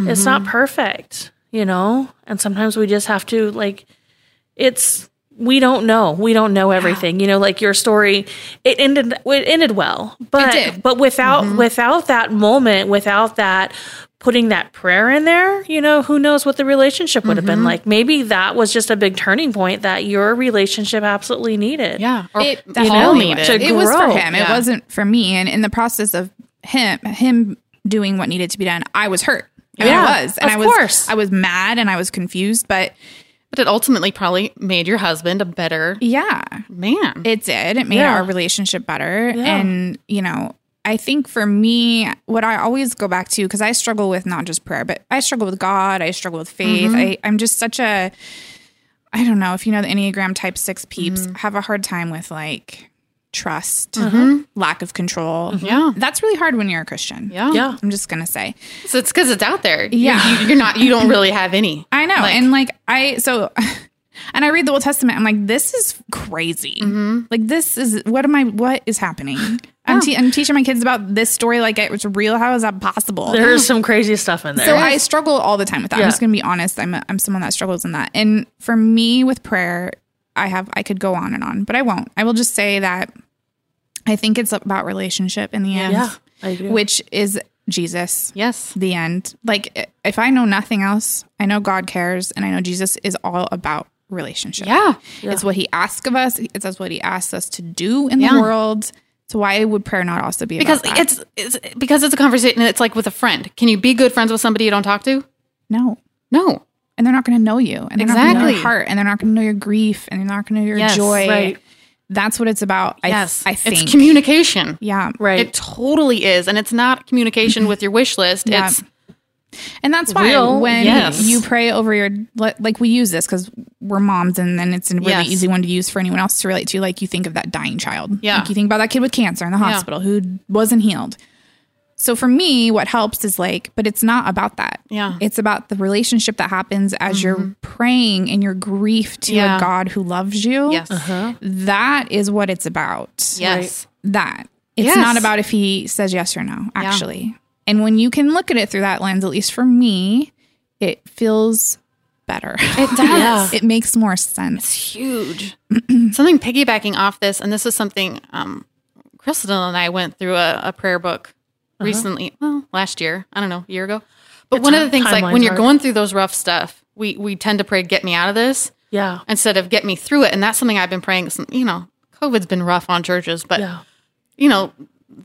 [SPEAKER 3] it's not
[SPEAKER 1] Mm-hmm.
[SPEAKER 3] perfect, you know? And sometimes we just have to, like, it's, we don't know. We don't know everything. You know, like your story, it ended it ended well. But
[SPEAKER 2] did.
[SPEAKER 3] but without
[SPEAKER 1] Mm-hmm.
[SPEAKER 3] without that moment, without that putting that prayer in there, you know, who knows what the relationship would have been
[SPEAKER 1] Mm-hmm.
[SPEAKER 3] like. Maybe that was just a big turning point that your relationship absolutely needed.
[SPEAKER 1] yeah. Or
[SPEAKER 2] it
[SPEAKER 1] Paul
[SPEAKER 2] definitely was.
[SPEAKER 1] needed.
[SPEAKER 2] It was for
[SPEAKER 3] grow.
[SPEAKER 2] him. It
[SPEAKER 1] Yeah.
[SPEAKER 2] wasn't for me. And in the process of him him doing what needed to be done, I was hurt. I mean,
[SPEAKER 3] Yeah,
[SPEAKER 2] I was, and
[SPEAKER 3] of
[SPEAKER 2] I was,
[SPEAKER 3] course.
[SPEAKER 2] I was mad and I was confused. But
[SPEAKER 1] But it ultimately probably made your husband a better
[SPEAKER 2] yeah,
[SPEAKER 1] man.
[SPEAKER 2] it did. It made
[SPEAKER 3] Yeah.
[SPEAKER 2] our relationship better.
[SPEAKER 3] Yeah.
[SPEAKER 2] And you know, I think for me, what I always go back to because I struggle with not just prayer, but I struggle with God. I struggle with faith.
[SPEAKER 3] Mm-hmm.
[SPEAKER 2] I, I'm just such a I don't know if you know the Enneagram type six peeps
[SPEAKER 3] Mm-hmm.
[SPEAKER 2] have a hard time with like trust,
[SPEAKER 3] Mm-hmm.
[SPEAKER 2] lack of control.
[SPEAKER 1] yeah.
[SPEAKER 2] That's really hard when you're a Christian.
[SPEAKER 1] Yeah.
[SPEAKER 3] Yeah.
[SPEAKER 2] I'm just going to say.
[SPEAKER 1] So it's because it's out there. You-
[SPEAKER 2] Yeah.
[SPEAKER 1] You, you're not, you don't really have any.
[SPEAKER 2] I know. and like, I, so, and I read the Old Testament. I'm like, this is crazy.
[SPEAKER 3] Mm-hmm.
[SPEAKER 2] Like, this is, what am I, what is happening? I'm, te- I'm teaching my kids about this story like it was real. How is that possible?
[SPEAKER 3] There's some crazy stuff in there.
[SPEAKER 2] So I struggle all the time with that.
[SPEAKER 3] Yeah.
[SPEAKER 2] I'm just going to be honest. I'm a, I'm someone that struggles in that. And for me with prayer, I have I could go on and on, but I won't. I will just say that I think it's about relationship in the end,
[SPEAKER 3] Yeah, I agree.
[SPEAKER 2] which is Jesus.
[SPEAKER 1] Yes.
[SPEAKER 2] The end. Like i- if I know nothing else, I know God cares and I know Jesus is all about relationship.
[SPEAKER 1] Yeah.
[SPEAKER 2] It's what he asks of us. It's what he asks us to do in
[SPEAKER 1] Yeah.
[SPEAKER 2] the world. So why would prayer not also be
[SPEAKER 1] Because
[SPEAKER 2] about that?
[SPEAKER 1] it's, it's because it's a conversation. It's like with a friend. Can you be good friends with somebody you don't talk to?
[SPEAKER 2] no.
[SPEAKER 1] No.
[SPEAKER 2] and they're not going to know you and they're not going to know
[SPEAKER 1] Exactly.
[SPEAKER 2] your heart and they're not going to know your grief and they're not going to know your
[SPEAKER 1] Yes,
[SPEAKER 2] joy
[SPEAKER 3] right.
[SPEAKER 2] that's what it's about I,
[SPEAKER 1] Yes.
[SPEAKER 2] I think
[SPEAKER 1] it's communication.
[SPEAKER 2] yeah
[SPEAKER 3] Right.
[SPEAKER 1] It totally is. And it's not communication with your wish list.
[SPEAKER 2] Yeah.
[SPEAKER 1] It's
[SPEAKER 2] and that's why
[SPEAKER 3] Real,
[SPEAKER 2] when
[SPEAKER 1] yes.
[SPEAKER 2] you pray over your li- like we use this because we're moms and then it's a really
[SPEAKER 1] Yes.
[SPEAKER 2] easy one to use for anyone else to relate to like you think of that dying child
[SPEAKER 1] Yeah.
[SPEAKER 2] like you think about that kid with cancer in the hospital who wasn't healed so for me what helps is like but it's not about that
[SPEAKER 1] Yeah. Mm-hmm.
[SPEAKER 2] it's about the relationship that happens as you're praying in your grief to
[SPEAKER 1] Yeah.
[SPEAKER 2] a god who loves you
[SPEAKER 1] yes. Uh-huh.
[SPEAKER 2] that is what it's about.
[SPEAKER 1] Yes.
[SPEAKER 2] That. It's
[SPEAKER 1] Yes.
[SPEAKER 2] not about if he says yes or no, actually. And when you can look at it through that lens, at least for me, it feels better. It
[SPEAKER 1] does.
[SPEAKER 2] it makes more sense.
[SPEAKER 1] It's huge. something piggybacking off this, and this is something um, Crystal and I went through a, a prayer book recently. Well, last year, I don't know, a year ago. But one of the things, like when
[SPEAKER 3] timeline's
[SPEAKER 1] you're
[SPEAKER 3] hard.
[SPEAKER 1] going through those rough stuff, we we tend to pray, "Get me out of this,"
[SPEAKER 3] yeah.
[SPEAKER 1] instead of "Get me through it." And that's something I've been praying. some- You know, COVID's been rough on churches, but
[SPEAKER 3] Yeah.
[SPEAKER 1] you know,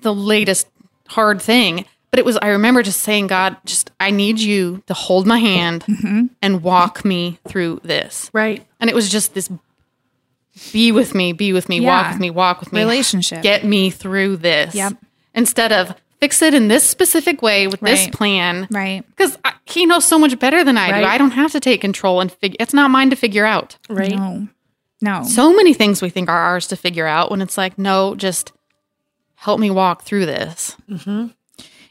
[SPEAKER 1] the latest hard thing. But it was, I remember just saying, God,
[SPEAKER 2] Mm-hmm.
[SPEAKER 1] just, I need you to hold my hand and walk me through this.
[SPEAKER 3] Right.
[SPEAKER 1] And And it was just this be with me, be with me, walk
[SPEAKER 2] Yeah.
[SPEAKER 1] with me, walk with me.
[SPEAKER 2] Relationship.
[SPEAKER 1] Get me through this.
[SPEAKER 2] Yep.
[SPEAKER 1] Instead of fix it in this specific way with this
[SPEAKER 2] Right.
[SPEAKER 1] plan.
[SPEAKER 2] Right.
[SPEAKER 1] Because he knows so much better than I
[SPEAKER 3] Right.
[SPEAKER 1] do. I don't have to take control and figure. It's not mine to figure out.
[SPEAKER 3] right?
[SPEAKER 2] No. No.
[SPEAKER 1] So many things we think are ours to figure out when it's like, no, just help me walk through this.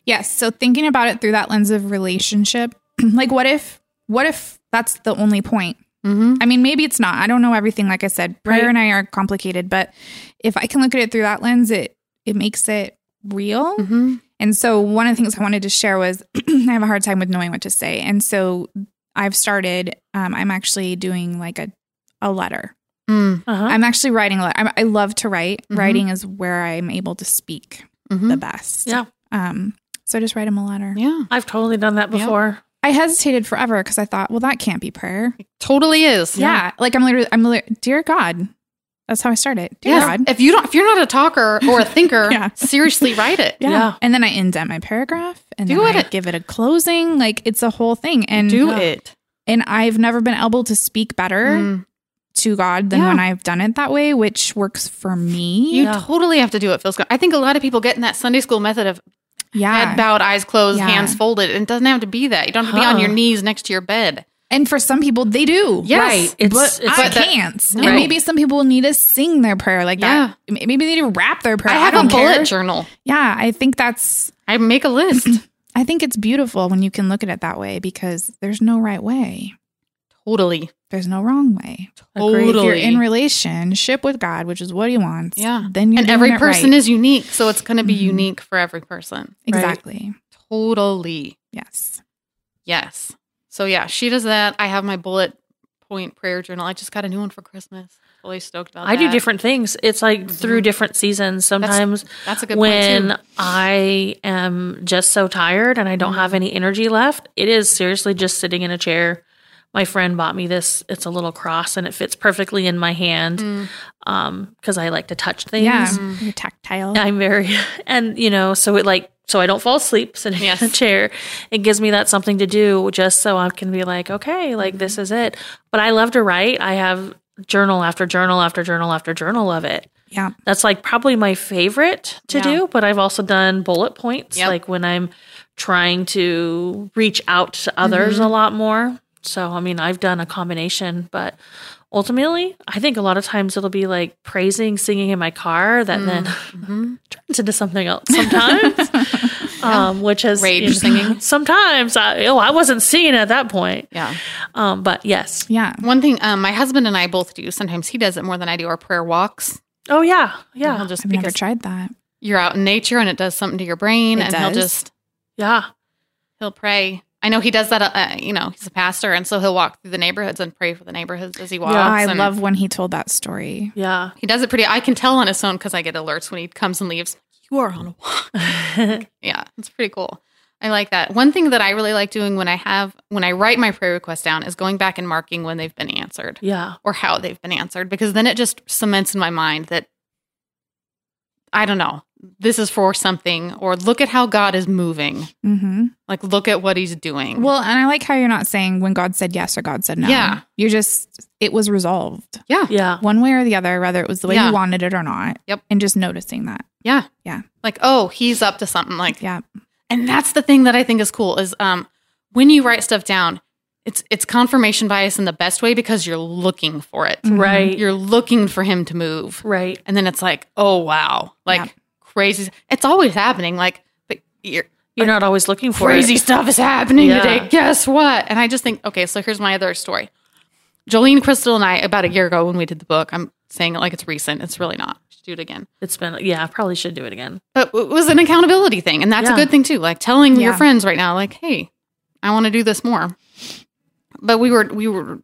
[SPEAKER 2] Yes. So thinking about it through that lens of relationship, like what if what if that's the only point?
[SPEAKER 1] Mm-hmm.
[SPEAKER 2] I mean, maybe it's not. I don't know everything. Like I said, prayer
[SPEAKER 3] Right.
[SPEAKER 2] and I are complicated, but if I can look at it through that lens, it it makes it real.
[SPEAKER 1] Mm-hmm.
[SPEAKER 2] And so one of the things I wanted to share was I have a hard time with knowing what to say, and so I've started. Um, I'm actually doing like a a letter
[SPEAKER 1] Mm-hmm.
[SPEAKER 3] Uh-huh.
[SPEAKER 2] I'm actually writing a lot. I'm, I love to write.
[SPEAKER 1] Mhm.
[SPEAKER 2] Writing is where I'm able to speak the best.
[SPEAKER 3] Yeah.
[SPEAKER 2] Um. So just write him a letter.
[SPEAKER 1] mm-hmm. Yeah.
[SPEAKER 3] I've totally done that
[SPEAKER 1] Yeah.
[SPEAKER 3] before.
[SPEAKER 2] I hesitated forever because I thought, well, that can't be prayer.
[SPEAKER 1] Totally is.
[SPEAKER 2] Yeah. Like I'm literally, I'm literally, dear God. That's how I started. Dear
[SPEAKER 1] Yeah.
[SPEAKER 2] God.
[SPEAKER 1] If you don't, if you're not a talker or a thinker,
[SPEAKER 2] Yeah.
[SPEAKER 1] seriously write it.
[SPEAKER 2] Yeah.
[SPEAKER 3] Yeah.
[SPEAKER 2] And then I indent my paragraph and
[SPEAKER 1] Do
[SPEAKER 2] then I
[SPEAKER 1] it.
[SPEAKER 2] give it a closing. Like it's a whole thing. And
[SPEAKER 1] Do it.
[SPEAKER 2] and I've never been able to speak better
[SPEAKER 1] Mm.
[SPEAKER 2] to God than
[SPEAKER 1] Yeah.
[SPEAKER 2] when I've done it that way, which works for me.
[SPEAKER 1] You
[SPEAKER 3] Yeah.
[SPEAKER 1] totally have to do it. Feels good. I think a lot of people get in that Sunday school method of head
[SPEAKER 2] yeah.
[SPEAKER 1] bowed, eyes closed,
[SPEAKER 2] Yeah.
[SPEAKER 1] hands folded. It doesn't have to be that. You don't have to be on
[SPEAKER 3] Huh.
[SPEAKER 1] your knees next to your bed.
[SPEAKER 2] And for some people, they do.
[SPEAKER 1] Yes.
[SPEAKER 3] Right. It's,
[SPEAKER 2] but
[SPEAKER 3] it's
[SPEAKER 2] I
[SPEAKER 1] but that-
[SPEAKER 2] can't.
[SPEAKER 1] Right.
[SPEAKER 2] And maybe some people need to sing their prayer like that. M- Maybe they need to rap their prayer.
[SPEAKER 1] I have
[SPEAKER 2] don't
[SPEAKER 1] a bullet
[SPEAKER 2] care.
[SPEAKER 1] journal.
[SPEAKER 2] Yeah, I think that's.
[SPEAKER 1] I make a list.
[SPEAKER 2] I think it's beautiful when you can look at it that way because there's no right way.
[SPEAKER 1] totally.
[SPEAKER 2] There's no wrong way.
[SPEAKER 3] Agreed.
[SPEAKER 2] If you're
[SPEAKER 1] Totally.
[SPEAKER 2] in relationship with God, which is what He wants,
[SPEAKER 1] Yeah.
[SPEAKER 2] then you're
[SPEAKER 1] and
[SPEAKER 2] doing
[SPEAKER 1] every
[SPEAKER 2] it
[SPEAKER 1] person
[SPEAKER 2] right.
[SPEAKER 1] is unique. So it's going to be
[SPEAKER 2] Mhm.
[SPEAKER 1] unique for every person.
[SPEAKER 2] exactly
[SPEAKER 1] Totally.
[SPEAKER 2] yes.
[SPEAKER 1] Yes. So yeah, she does that. I have my bullet point prayer journal. I just got a new one for Christmas. Really stoked about
[SPEAKER 3] I
[SPEAKER 1] that.
[SPEAKER 3] do different things. It's like through different seasons. Sometimes
[SPEAKER 1] Mm-hmm. That's a good point.
[SPEAKER 3] when
[SPEAKER 1] too.
[SPEAKER 3] I am just so tired and I don't have
[SPEAKER 1] Mm-hmm.
[SPEAKER 3] any energy left, it is seriously just sitting in a chair. My friend bought me this. It's a little cross and it fits perfectly in my hand
[SPEAKER 1] Mm.
[SPEAKER 3] because I like to touch things.
[SPEAKER 2] Yeah, you're tactile.
[SPEAKER 3] I'm very, and you know, so it like, so I don't fall asleep sitting in a
[SPEAKER 1] Yes.
[SPEAKER 3] chair. It gives me that something to do just so I can be like, okay, like this is it. But I love to write. I have journal after journal after journal after journal of it.
[SPEAKER 2] Yeah,
[SPEAKER 3] That's like probably my favorite to
[SPEAKER 1] Yeah.
[SPEAKER 3] do, but I've also done bullet points,
[SPEAKER 1] Yep.
[SPEAKER 3] like when I'm trying to reach out to others
[SPEAKER 1] Mm-hmm.
[SPEAKER 3] a lot more. So, I mean, I've done a combination, but ultimately, I think a lot of times it'll be like praising, singing in my car that
[SPEAKER 1] Mm.
[SPEAKER 3] then
[SPEAKER 1] Mm-hmm.
[SPEAKER 3] turns into something else sometimes, um, which has
[SPEAKER 1] Rage singing.
[SPEAKER 3] Sometimes, I, oh, I wasn't singing at that point.
[SPEAKER 1] Yeah.
[SPEAKER 3] Um, but yes.
[SPEAKER 2] yeah.
[SPEAKER 1] One thing um, my husband and I both do, sometimes he does it more than I do, are prayer walks.
[SPEAKER 3] Oh, yeah.
[SPEAKER 1] And
[SPEAKER 3] Yeah.
[SPEAKER 1] He'll just
[SPEAKER 2] I've never
[SPEAKER 1] because
[SPEAKER 2] tried that.
[SPEAKER 1] you're out in nature and it does something to your brain
[SPEAKER 2] It
[SPEAKER 1] and he'll
[SPEAKER 2] does.
[SPEAKER 1] just,
[SPEAKER 3] Yeah.
[SPEAKER 1] he'll pray. I know he does that, uh, you know, he's a pastor. And so he'll walk through the neighborhoods and pray for the neighborhoods as he walks.
[SPEAKER 2] I
[SPEAKER 1] and
[SPEAKER 2] love when he told that story.
[SPEAKER 3] Yeah.
[SPEAKER 1] He does it pretty, I can tell on his phone because I get alerts when he comes and leaves. You are on a walk. yeah, it's pretty cool. I like that. One thing that I really like doing when I have, when I write my prayer requests down is going back and marking when they've been answered.
[SPEAKER 3] yeah.
[SPEAKER 1] or how they've been answered because then it just cements in my mind that I don't know, this is for something or look at how God is moving.
[SPEAKER 2] hmm
[SPEAKER 1] Like look at what he's doing.
[SPEAKER 2] Well, and I like how you're not saying when God said yes or God said no.
[SPEAKER 1] Yeah.
[SPEAKER 2] You're just, it was resolved
[SPEAKER 1] yeah.
[SPEAKER 3] Yeah.
[SPEAKER 2] one way or the other, whether it was the way
[SPEAKER 1] Yeah.
[SPEAKER 2] you wanted it or not.
[SPEAKER 1] Yep.
[SPEAKER 2] And just noticing that.
[SPEAKER 1] Yeah.
[SPEAKER 2] Yeah.
[SPEAKER 1] Like oh, he's up to something like
[SPEAKER 2] Yeah.
[SPEAKER 1] and that's the thing that I think is cool is um when you write stuff down, it's it's confirmation bias in the best way because you're looking for it.
[SPEAKER 3] Right.
[SPEAKER 1] You're looking for him to move.
[SPEAKER 3] Right.
[SPEAKER 1] And then it's like, "Oh wow." Like
[SPEAKER 2] Yeah.
[SPEAKER 1] crazy. It's always happening like but you're
[SPEAKER 3] You're not always looking for
[SPEAKER 1] crazy
[SPEAKER 3] it.
[SPEAKER 1] stuff is happening
[SPEAKER 3] Yeah.
[SPEAKER 1] today. Guess what? And I just think, okay, so here's my other story. Jolene, Crystal, and I, about a year ago when we did the book, I'm saying it like it's recent. It's really not. We should do it again.
[SPEAKER 3] It's been yeah. I probably should do it again.
[SPEAKER 1] But it was an accountability thing. And that's
[SPEAKER 3] Yeah.
[SPEAKER 1] a good thing too. Like telling your
[SPEAKER 2] Yeah.
[SPEAKER 1] friends right now, like, hey, I want to do this more. But we were we were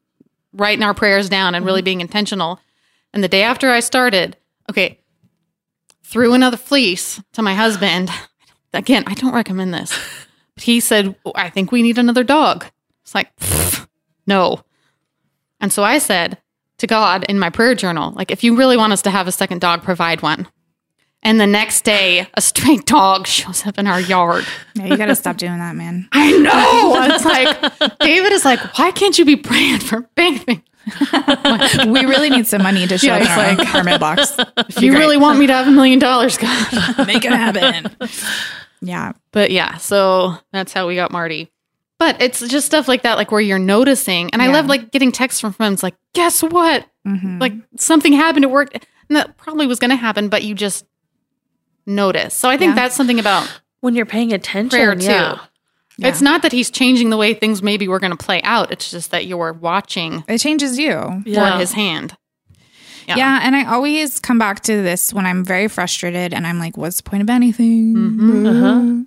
[SPEAKER 1] writing our prayers down and really being intentional. And the day after I started, okay, threw another fleece to my husband. Again, I don't recommend this. But he said, "Oh, I think we need another dog. It's like, pfft, no. And so I said to God in my prayer journal, like, if you really want us to have a second dog, provide one. And the next day, a stray dog shows up in our yard.
[SPEAKER 2] Yeah. You got to stop doing that, man.
[SPEAKER 1] I know. It's like David is like, why can't you be praying for big things?
[SPEAKER 2] we really need some money to show
[SPEAKER 1] Yeah,
[SPEAKER 2] up in
[SPEAKER 1] it's
[SPEAKER 2] our own permit box.
[SPEAKER 1] If you really want me to have a million dollars, God.
[SPEAKER 2] Make it happen. Yeah.
[SPEAKER 1] But yeah, so that's how we got Marty. But it's just stuff like that, like where you're noticing. And I
[SPEAKER 2] Yeah.
[SPEAKER 1] love like getting texts from friends like, guess what?
[SPEAKER 2] Mhm.
[SPEAKER 1] Like something happened at work. And that probably was going to happen, but you just notice. So I think
[SPEAKER 2] Yeah.
[SPEAKER 1] that's something about
[SPEAKER 3] when you're paying attention.
[SPEAKER 1] prayer too.
[SPEAKER 3] yeah.
[SPEAKER 2] Yeah.
[SPEAKER 1] It's not that he's changing the way things maybe were going to play out. It's just that you're watching
[SPEAKER 2] it changes you.
[SPEAKER 1] for
[SPEAKER 3] Yeah.
[SPEAKER 1] his hand. Yeah.
[SPEAKER 2] Yeah. And I always come back to this when I'm very frustrated and I'm like, what's the point of anything?
[SPEAKER 1] Mhm.
[SPEAKER 2] Mm-hmm.
[SPEAKER 3] Uh-huh.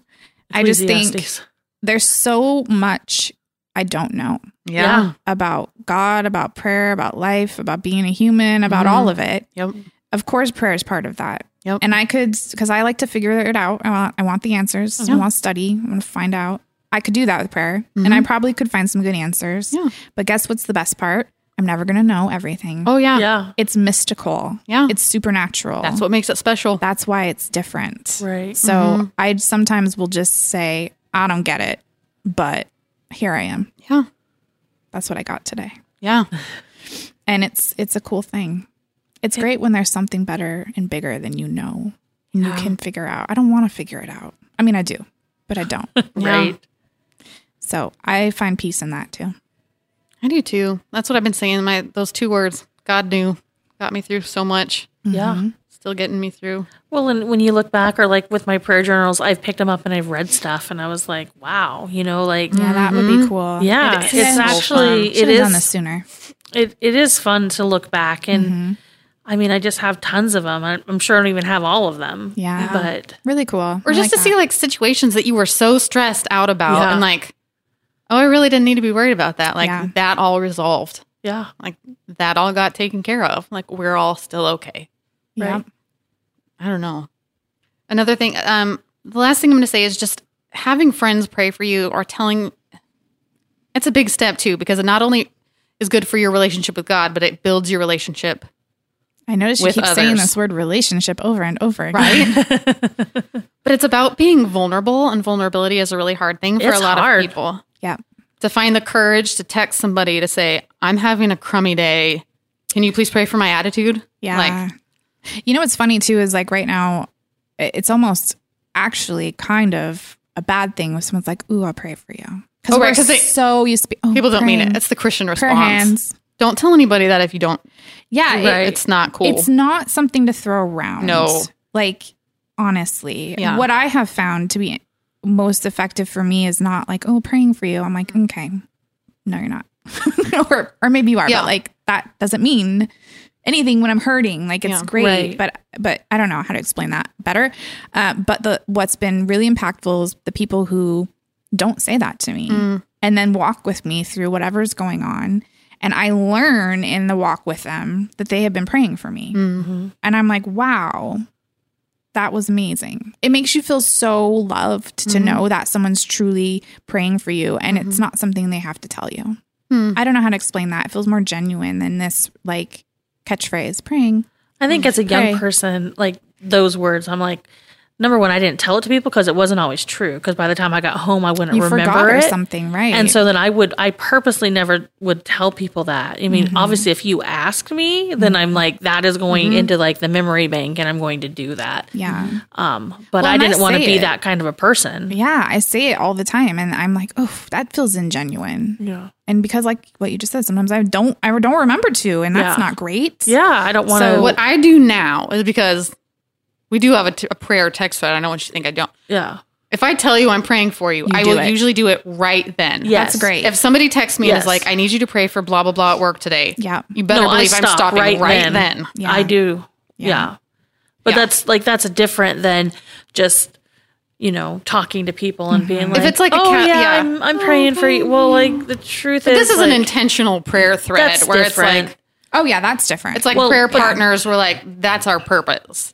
[SPEAKER 2] I just think
[SPEAKER 3] Ecclesiastes.
[SPEAKER 2] there's so much I don't know
[SPEAKER 1] Yeah.
[SPEAKER 2] about God, about prayer, about life, about being a human, about
[SPEAKER 1] Mhm.
[SPEAKER 2] all of it.
[SPEAKER 1] Yep.
[SPEAKER 2] Of course, prayer is part of that.
[SPEAKER 1] Yep.
[SPEAKER 2] And I could, because I like to figure it out. I want, I want the answers.
[SPEAKER 1] Yeah.
[SPEAKER 2] I want to study. I want to find out. I could do that with prayer, and I probably could find some good answers.
[SPEAKER 1] Mm-hmm. Yeah.
[SPEAKER 2] But guess what's the best part? I'm never going to know everything.
[SPEAKER 1] Oh, yeah.
[SPEAKER 3] Yeah.
[SPEAKER 2] It's mystical.
[SPEAKER 1] Yeah.
[SPEAKER 2] It's supernatural.
[SPEAKER 1] That's what Mm-hmm. makes it special.
[SPEAKER 2] That's why it's different.
[SPEAKER 3] Right.
[SPEAKER 2] So I sometimes will just say, I don't get it, but here I am.
[SPEAKER 1] Yeah.
[SPEAKER 2] That's what I got today.
[SPEAKER 1] Yeah.
[SPEAKER 2] And it's it's a cool thing. It's great when there's something better and bigger than you know and you can figure out. I don't want to figure it out. I mean, I do, but I don't.
[SPEAKER 3] Right.
[SPEAKER 2] so I find peace in that too.
[SPEAKER 1] I do too. That's what I've been saying. My those two words, God knew, got me through so much.
[SPEAKER 3] Yeah.
[SPEAKER 1] Still getting me through.
[SPEAKER 3] Well, and when you look back, or like with my prayer journals, I've picked them up and I've read stuff, and I was like, wow, you know, like
[SPEAKER 2] Yeah,
[SPEAKER 3] yeah,
[SPEAKER 2] that would
[SPEAKER 1] Mm-hmm.
[SPEAKER 2] be cool.
[SPEAKER 3] it's
[SPEAKER 1] is.
[SPEAKER 3] actually
[SPEAKER 2] Should
[SPEAKER 3] it
[SPEAKER 2] have done this
[SPEAKER 3] is
[SPEAKER 2] sooner.
[SPEAKER 3] it, it is fun to look back and. I mean, I just have tons of them. I- I'm sure I don't even have all of them.
[SPEAKER 2] Yeah.
[SPEAKER 3] But
[SPEAKER 2] Really cool.
[SPEAKER 1] Or
[SPEAKER 2] I
[SPEAKER 1] just
[SPEAKER 2] like
[SPEAKER 1] to
[SPEAKER 2] that.
[SPEAKER 1] see like situations that you were so stressed out about
[SPEAKER 3] Yeah.
[SPEAKER 1] and like, oh, I really didn't need to be worried about that. Like
[SPEAKER 2] Yeah.
[SPEAKER 1] that all resolved.
[SPEAKER 3] yeah.
[SPEAKER 1] Like that all got taken care of. Like we're all still okay.
[SPEAKER 2] Yeah.
[SPEAKER 3] right.
[SPEAKER 1] I don't know. Another thing, um, the last thing I'm going to say is just having friends pray for you or telling. It's a big step too because it not only is good for your relationship with God, but it builds your relationship
[SPEAKER 2] I noticed you
[SPEAKER 1] with
[SPEAKER 2] keep saying
[SPEAKER 1] others.
[SPEAKER 2] this word relationship over and over again.
[SPEAKER 1] right? but it's about being vulnerable, and vulnerability is a really hard thing for
[SPEAKER 3] It's
[SPEAKER 1] a lot
[SPEAKER 3] hard.
[SPEAKER 1] of people.
[SPEAKER 2] Yeah.
[SPEAKER 1] To find the courage to text somebody to say, "I'm having a crummy day. Can you please pray for my attitude?"
[SPEAKER 2] Yeah.
[SPEAKER 1] Like,
[SPEAKER 2] you know what's funny too is like right now, i- it's almost actually kind of a bad thing when someone's like, "Ooh, I'll pray for you," because
[SPEAKER 1] Oh, right,
[SPEAKER 2] we're
[SPEAKER 1] 'cause they-
[SPEAKER 2] so used to be oh,
[SPEAKER 1] people don't mean
[SPEAKER 2] praying,
[SPEAKER 1] it. It's the Christian
[SPEAKER 2] prayer
[SPEAKER 1] response.
[SPEAKER 2] hands.
[SPEAKER 1] Don't tell anybody that if you don't.
[SPEAKER 2] Yeah, it-
[SPEAKER 3] Right.
[SPEAKER 1] It's not cool.
[SPEAKER 2] it's not something to throw around.
[SPEAKER 1] No.
[SPEAKER 2] like honestly,
[SPEAKER 1] Yeah.
[SPEAKER 2] what I have found to be most effective for me is not like, "Oh, praying for you." I'm like, okay, no, you're not, or or maybe you are,
[SPEAKER 1] Yeah.
[SPEAKER 2] but like that doesn't mean anything when I'm hurting. Like it's
[SPEAKER 1] Yeah.
[SPEAKER 2] great,
[SPEAKER 3] Right.
[SPEAKER 2] but but I don't know how to explain that better. Uh, but the what's been really impactful is the people who don't say that to me and then walk with me through whatever's going on. And I learn in the walk with them that they have been praying for me. And I'm like, wow, that was amazing. It makes you feel so loved to know that someone's truly praying for you and it's not something they have to tell you.
[SPEAKER 1] Hmm.
[SPEAKER 2] I don't know how to explain that. It feels more genuine than this like catchphrase praying.
[SPEAKER 3] I think as a young
[SPEAKER 2] Pray.
[SPEAKER 3] person, like those words, I'm like, number one, I didn't tell it to people because it wasn't always true. Because by the time I got home, I wouldn't
[SPEAKER 2] You forgot
[SPEAKER 3] remember
[SPEAKER 2] or
[SPEAKER 3] it.
[SPEAKER 2] something, right?
[SPEAKER 3] And so then I would, I purposely never would tell people that. I
[SPEAKER 2] Mm-hmm.
[SPEAKER 3] mean, obviously, if you ask me, then I'm like, that is going
[SPEAKER 2] Mm-hmm.
[SPEAKER 3] into like the memory bank and I'm going to do that.
[SPEAKER 2] yeah.
[SPEAKER 3] Um, but
[SPEAKER 2] Well,
[SPEAKER 3] I
[SPEAKER 2] and I
[SPEAKER 3] didn't want to
[SPEAKER 2] say
[SPEAKER 3] be
[SPEAKER 2] it.
[SPEAKER 3] that kind of a person.
[SPEAKER 2] Yeah, I say it all the time and I'm like, "Oh, that feels ingenuine."
[SPEAKER 3] Yeah.
[SPEAKER 2] And because like what you just said, sometimes I don't I don't remember to and that's
[SPEAKER 3] Yeah.
[SPEAKER 2] not great.
[SPEAKER 3] Yeah. I don't want to.
[SPEAKER 2] So
[SPEAKER 1] what I do now is because we do have a, t- a prayer text thread. I don't want you to think I don't.
[SPEAKER 3] yeah.
[SPEAKER 1] If I tell you I'm praying for you, I
[SPEAKER 2] do
[SPEAKER 1] will
[SPEAKER 2] it.
[SPEAKER 1] usually do it right then.
[SPEAKER 3] Yes.
[SPEAKER 2] That's great.
[SPEAKER 1] If somebody texts me and
[SPEAKER 3] Yes.
[SPEAKER 1] is like, I need you to pray for blah, blah, blah at work today,
[SPEAKER 2] Yeah.
[SPEAKER 1] you better believe
[SPEAKER 3] I
[SPEAKER 1] I'm
[SPEAKER 3] stop
[SPEAKER 1] stopping right, then.
[SPEAKER 2] Yeah.
[SPEAKER 3] I do.
[SPEAKER 2] Yeah.
[SPEAKER 3] Yeah. But
[SPEAKER 1] Yeah.
[SPEAKER 3] that's like that's different than just you know talking to people and being like,
[SPEAKER 1] Mm-hmm. it's like a
[SPEAKER 3] oh
[SPEAKER 1] cat-
[SPEAKER 3] yeah,
[SPEAKER 1] yeah.
[SPEAKER 3] I'm I'm praying for you. Well, like the truth
[SPEAKER 1] But
[SPEAKER 3] is,
[SPEAKER 1] this is an
[SPEAKER 3] like,
[SPEAKER 1] intentional prayer thread
[SPEAKER 3] that's
[SPEAKER 1] where
[SPEAKER 3] different.
[SPEAKER 1] it's like,
[SPEAKER 2] Oh yeah, that's different.
[SPEAKER 1] it's like
[SPEAKER 3] Well,
[SPEAKER 1] prayer
[SPEAKER 3] yeah.
[SPEAKER 1] partners were like, that's our purpose.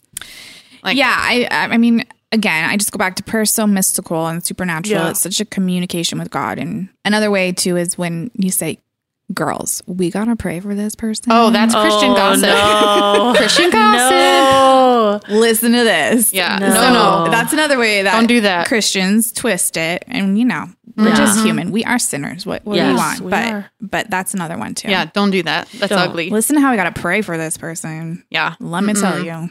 [SPEAKER 1] Like-
[SPEAKER 2] yeah, I I I mean again, I just go back to prayer is so mystical and supernatural.
[SPEAKER 3] Yeah.
[SPEAKER 2] It's such a communication with God. And another way too is when you say, "Girls, we gotta pray for this person."
[SPEAKER 1] Oh, that's Oh, Christian
[SPEAKER 3] oh,
[SPEAKER 1] gossip.
[SPEAKER 3] No.
[SPEAKER 1] Christian gossip.
[SPEAKER 3] no.
[SPEAKER 2] listen to this.
[SPEAKER 1] Yeah.
[SPEAKER 3] No.
[SPEAKER 2] So
[SPEAKER 1] No.
[SPEAKER 3] No.
[SPEAKER 2] that's another way that
[SPEAKER 1] Don't do that.
[SPEAKER 2] Christians twist it, and you know we're
[SPEAKER 3] Yeah. Uh-huh.
[SPEAKER 2] just human. We are sinners. What, what do
[SPEAKER 3] Yes,
[SPEAKER 2] we want?
[SPEAKER 3] we
[SPEAKER 2] but
[SPEAKER 3] are.
[SPEAKER 2] but that's another one too.
[SPEAKER 1] Yeah. Don't do that. That's
[SPEAKER 3] Don't.
[SPEAKER 1] ugly.
[SPEAKER 2] Listen to how we got to pray for this person.
[SPEAKER 1] Yeah.
[SPEAKER 2] Let me tell you.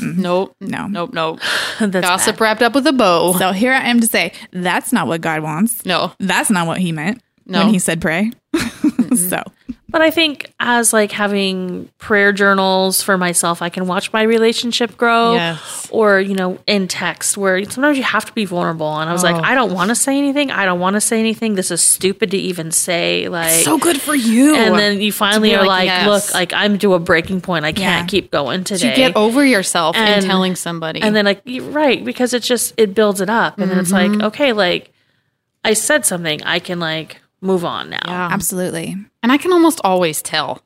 [SPEAKER 1] Nope.
[SPEAKER 2] No.
[SPEAKER 1] Nope. Nope.
[SPEAKER 3] That's
[SPEAKER 1] Gossip
[SPEAKER 3] bad.
[SPEAKER 1] wrapped up with a bow.
[SPEAKER 2] So here I am to say that's not what God wants.
[SPEAKER 1] No.
[SPEAKER 2] That's not what He meant
[SPEAKER 1] No.
[SPEAKER 2] when He said pray. so
[SPEAKER 3] But I think as like having prayer journals for myself, I can watch my relationship grow.
[SPEAKER 1] Yes.
[SPEAKER 3] Or, you know, in text where sometimes you have to be vulnerable. And I was
[SPEAKER 1] Oh.
[SPEAKER 3] like, I don't want to say anything. I don't want to say anything. This is stupid to even say. Like
[SPEAKER 1] So good for you.
[SPEAKER 3] And then you finally
[SPEAKER 1] be
[SPEAKER 3] are
[SPEAKER 1] like,
[SPEAKER 3] like,
[SPEAKER 1] yes.
[SPEAKER 3] look, like I'm to a breaking point. I
[SPEAKER 2] Yeah.
[SPEAKER 3] can't keep going today.
[SPEAKER 1] to get over yourself and
[SPEAKER 3] And-
[SPEAKER 1] telling somebody.
[SPEAKER 3] and then like you- right because it just it builds it up and then it's like
[SPEAKER 1] Mm-hmm.
[SPEAKER 3] okay like i said something i can like move on now yeah,
[SPEAKER 1] yeah.
[SPEAKER 2] absolutely,
[SPEAKER 1] and I can almost always tell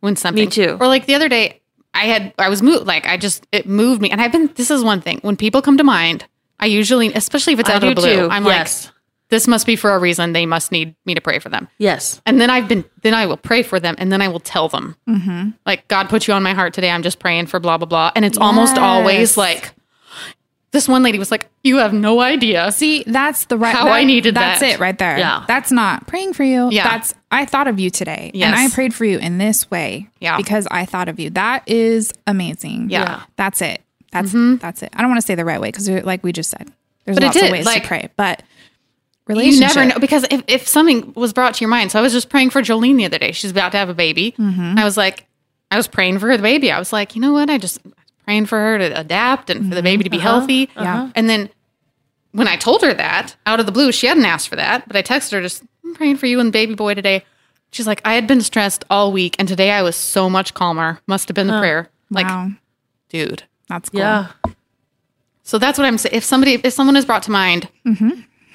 [SPEAKER 1] when something.
[SPEAKER 3] Me too.
[SPEAKER 1] Or like the other day, I had I was moved. Like I just it moved me. And I've been. This is one thing when people come to mind. I usually, especially if it's
[SPEAKER 3] i
[SPEAKER 1] out
[SPEAKER 3] do
[SPEAKER 1] of the blue,
[SPEAKER 3] too
[SPEAKER 1] I'm
[SPEAKER 3] yes
[SPEAKER 1] like, this must be for a reason. They must need me to pray for them.
[SPEAKER 3] yes
[SPEAKER 1] And then I've been, then I will pray for them, and then I will tell them, like God put you on my heart today. I'm just praying for blah blah blah. And it's almost always
[SPEAKER 2] Yes.
[SPEAKER 1] like this one lady was like, "You have no idea."
[SPEAKER 2] See, that's the right.
[SPEAKER 1] How I needed
[SPEAKER 2] that's
[SPEAKER 1] that.
[SPEAKER 2] it right there.
[SPEAKER 3] Yeah.
[SPEAKER 2] that's not praying for you.
[SPEAKER 1] Yeah.
[SPEAKER 2] that's I thought of you today,
[SPEAKER 1] Yes.
[SPEAKER 2] and I prayed for you in this way.
[SPEAKER 1] Yeah.
[SPEAKER 2] because I thought of you. That is amazing.
[SPEAKER 1] Yeah. Mm-hmm.
[SPEAKER 2] that's it. That's that's it. I don't want to say the right way because, like we just said, there's
[SPEAKER 1] But it
[SPEAKER 2] lots
[SPEAKER 1] did,
[SPEAKER 2] of ways
[SPEAKER 1] like,
[SPEAKER 2] to pray. But
[SPEAKER 1] You
[SPEAKER 2] relationship,
[SPEAKER 1] never know because if, if something was brought to your mind, so I was just praying for Jolene the other day. She's about to have a baby.
[SPEAKER 2] Mm-hmm.
[SPEAKER 1] I was like, I was praying for the baby. I was like, you know what? I just praying for her to adapt and for the baby to
[SPEAKER 2] Mm-hmm.
[SPEAKER 1] be healthy.
[SPEAKER 2] Yeah.
[SPEAKER 1] And then when I told her that out of the blue, she hadn't asked for that, but I texted her just I'm praying for you and baby boy today. She's like, I had been stressed all week, and today I was so much calmer. Must have been the prayer. Like,
[SPEAKER 2] Oh, Wow,
[SPEAKER 1] dude.
[SPEAKER 2] that's cool.
[SPEAKER 3] yeah
[SPEAKER 1] So that's what I'm saying. If somebody, if someone is brought to mind,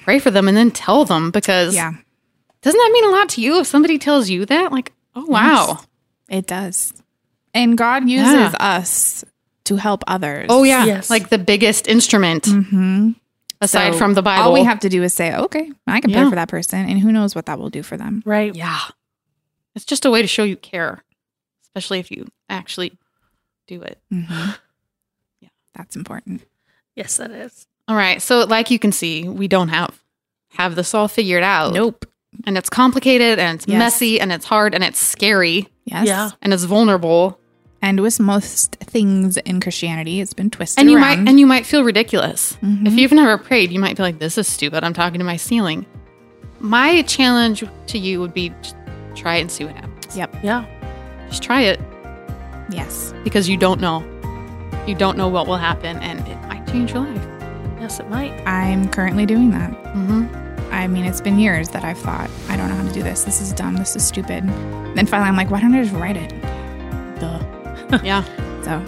[SPEAKER 1] pray for them and then tell them because
[SPEAKER 2] Mm-hmm. yeah,
[SPEAKER 1] doesn't that mean a lot to you if somebody tells you that? Like, oh wow.
[SPEAKER 2] it does. And God uses
[SPEAKER 1] Yeah.
[SPEAKER 2] us to help others.
[SPEAKER 1] Oh yeah.
[SPEAKER 3] Yes.
[SPEAKER 1] Like the biggest instrument aside
[SPEAKER 2] Mm-hmm. So
[SPEAKER 1] from the Bible.
[SPEAKER 2] All we have to do is say, "Okay, I can
[SPEAKER 1] Yeah.
[SPEAKER 2] pray for that person," and who knows what that will do for them.
[SPEAKER 3] right
[SPEAKER 1] yeah. It's just a way to show you care, especially if you actually do it.
[SPEAKER 2] Mhm. Yeah, that's important.
[SPEAKER 3] yes that is
[SPEAKER 1] All right. So like you can see, we don't have have this all figured out.
[SPEAKER 2] Nope.
[SPEAKER 1] And it's complicated and it's
[SPEAKER 2] Yes.
[SPEAKER 1] messy and it's hard and it's scary
[SPEAKER 2] Yes.
[SPEAKER 3] yeah
[SPEAKER 1] and it's vulnerable.
[SPEAKER 2] And with most things in Christianity, it's been twisted
[SPEAKER 1] and you
[SPEAKER 2] around.
[SPEAKER 1] might and you might feel ridiculous
[SPEAKER 2] Mhm.
[SPEAKER 1] if you've never prayed you might be like this is stupid i'm talking to my ceiling my challenge to you would be just try it and see what happens
[SPEAKER 2] yep.
[SPEAKER 3] yeah
[SPEAKER 1] just try it
[SPEAKER 2] Yes.
[SPEAKER 1] because you don't know you don't know what will happen and it might change your life
[SPEAKER 3] yes it might
[SPEAKER 2] I'm currently doing that.
[SPEAKER 1] mm-hmm.
[SPEAKER 2] I mean, it's been years that I've thought, I don't know how to do this. This is dumb. This is stupid. Then finally, I'm like, why don't I just write it? Duh.
[SPEAKER 1] yeah
[SPEAKER 2] So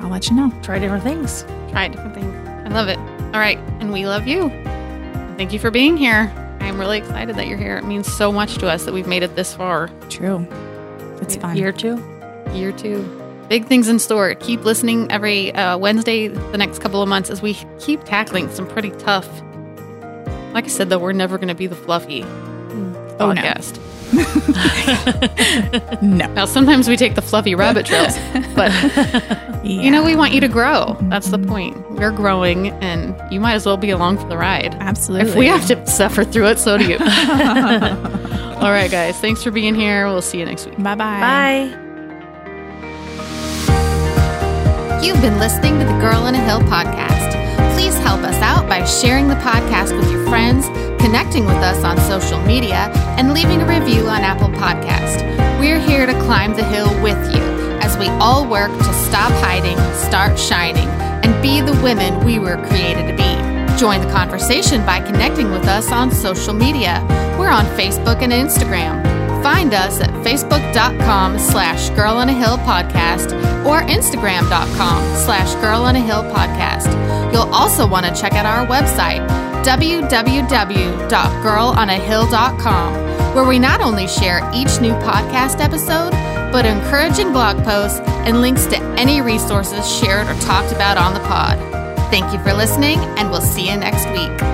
[SPEAKER 2] I'll let you know.
[SPEAKER 3] try different things
[SPEAKER 1] try different things i love it all right and we love you thank you for being here i'm really excited that you're here it means so much to us that we've made it this far
[SPEAKER 2] True. It's fun.
[SPEAKER 3] year two
[SPEAKER 1] year two. Big things in store. Keep listening every uh, Wednesday the next couple of months as we keep tackling some pretty tough. Like I said, though, we're never going to be the fluffy
[SPEAKER 2] Oh, no.
[SPEAKER 1] podcast.
[SPEAKER 2] No.
[SPEAKER 1] Now, sometimes we take the fluffy rabbit trails, but you know,
[SPEAKER 2] Yeah.
[SPEAKER 1] we want you to grow. That's the point. We're growing, and you might as well be along for the ride.
[SPEAKER 2] Absolutely.
[SPEAKER 1] If we have to suffer through it, so do you. All right, guys. Thanks for being here. We'll see you next week.
[SPEAKER 2] Bye-bye.
[SPEAKER 3] bye
[SPEAKER 4] You've been listening to the Girl in a Hill podcast. Please help us out by sharing the podcast with your friends, connecting with us on social media, and leaving a review on Apple Podcast. We're here to climb the hill with you as we all work to stop hiding, start shining, and be the women we were created to be. Join the conversation by connecting with us on social media. We're on Facebook and Instagram. Find us at facebook.com slash girl on a hill podcast or instagram.com slash girl on a hill podcast. You'll also want to check out our website, www.girlonahill.com, where we not only share each new podcast episode, but encouraging blog posts and links to any resources shared or talked about on the pod. Thank you for listening, and we'll see you next week.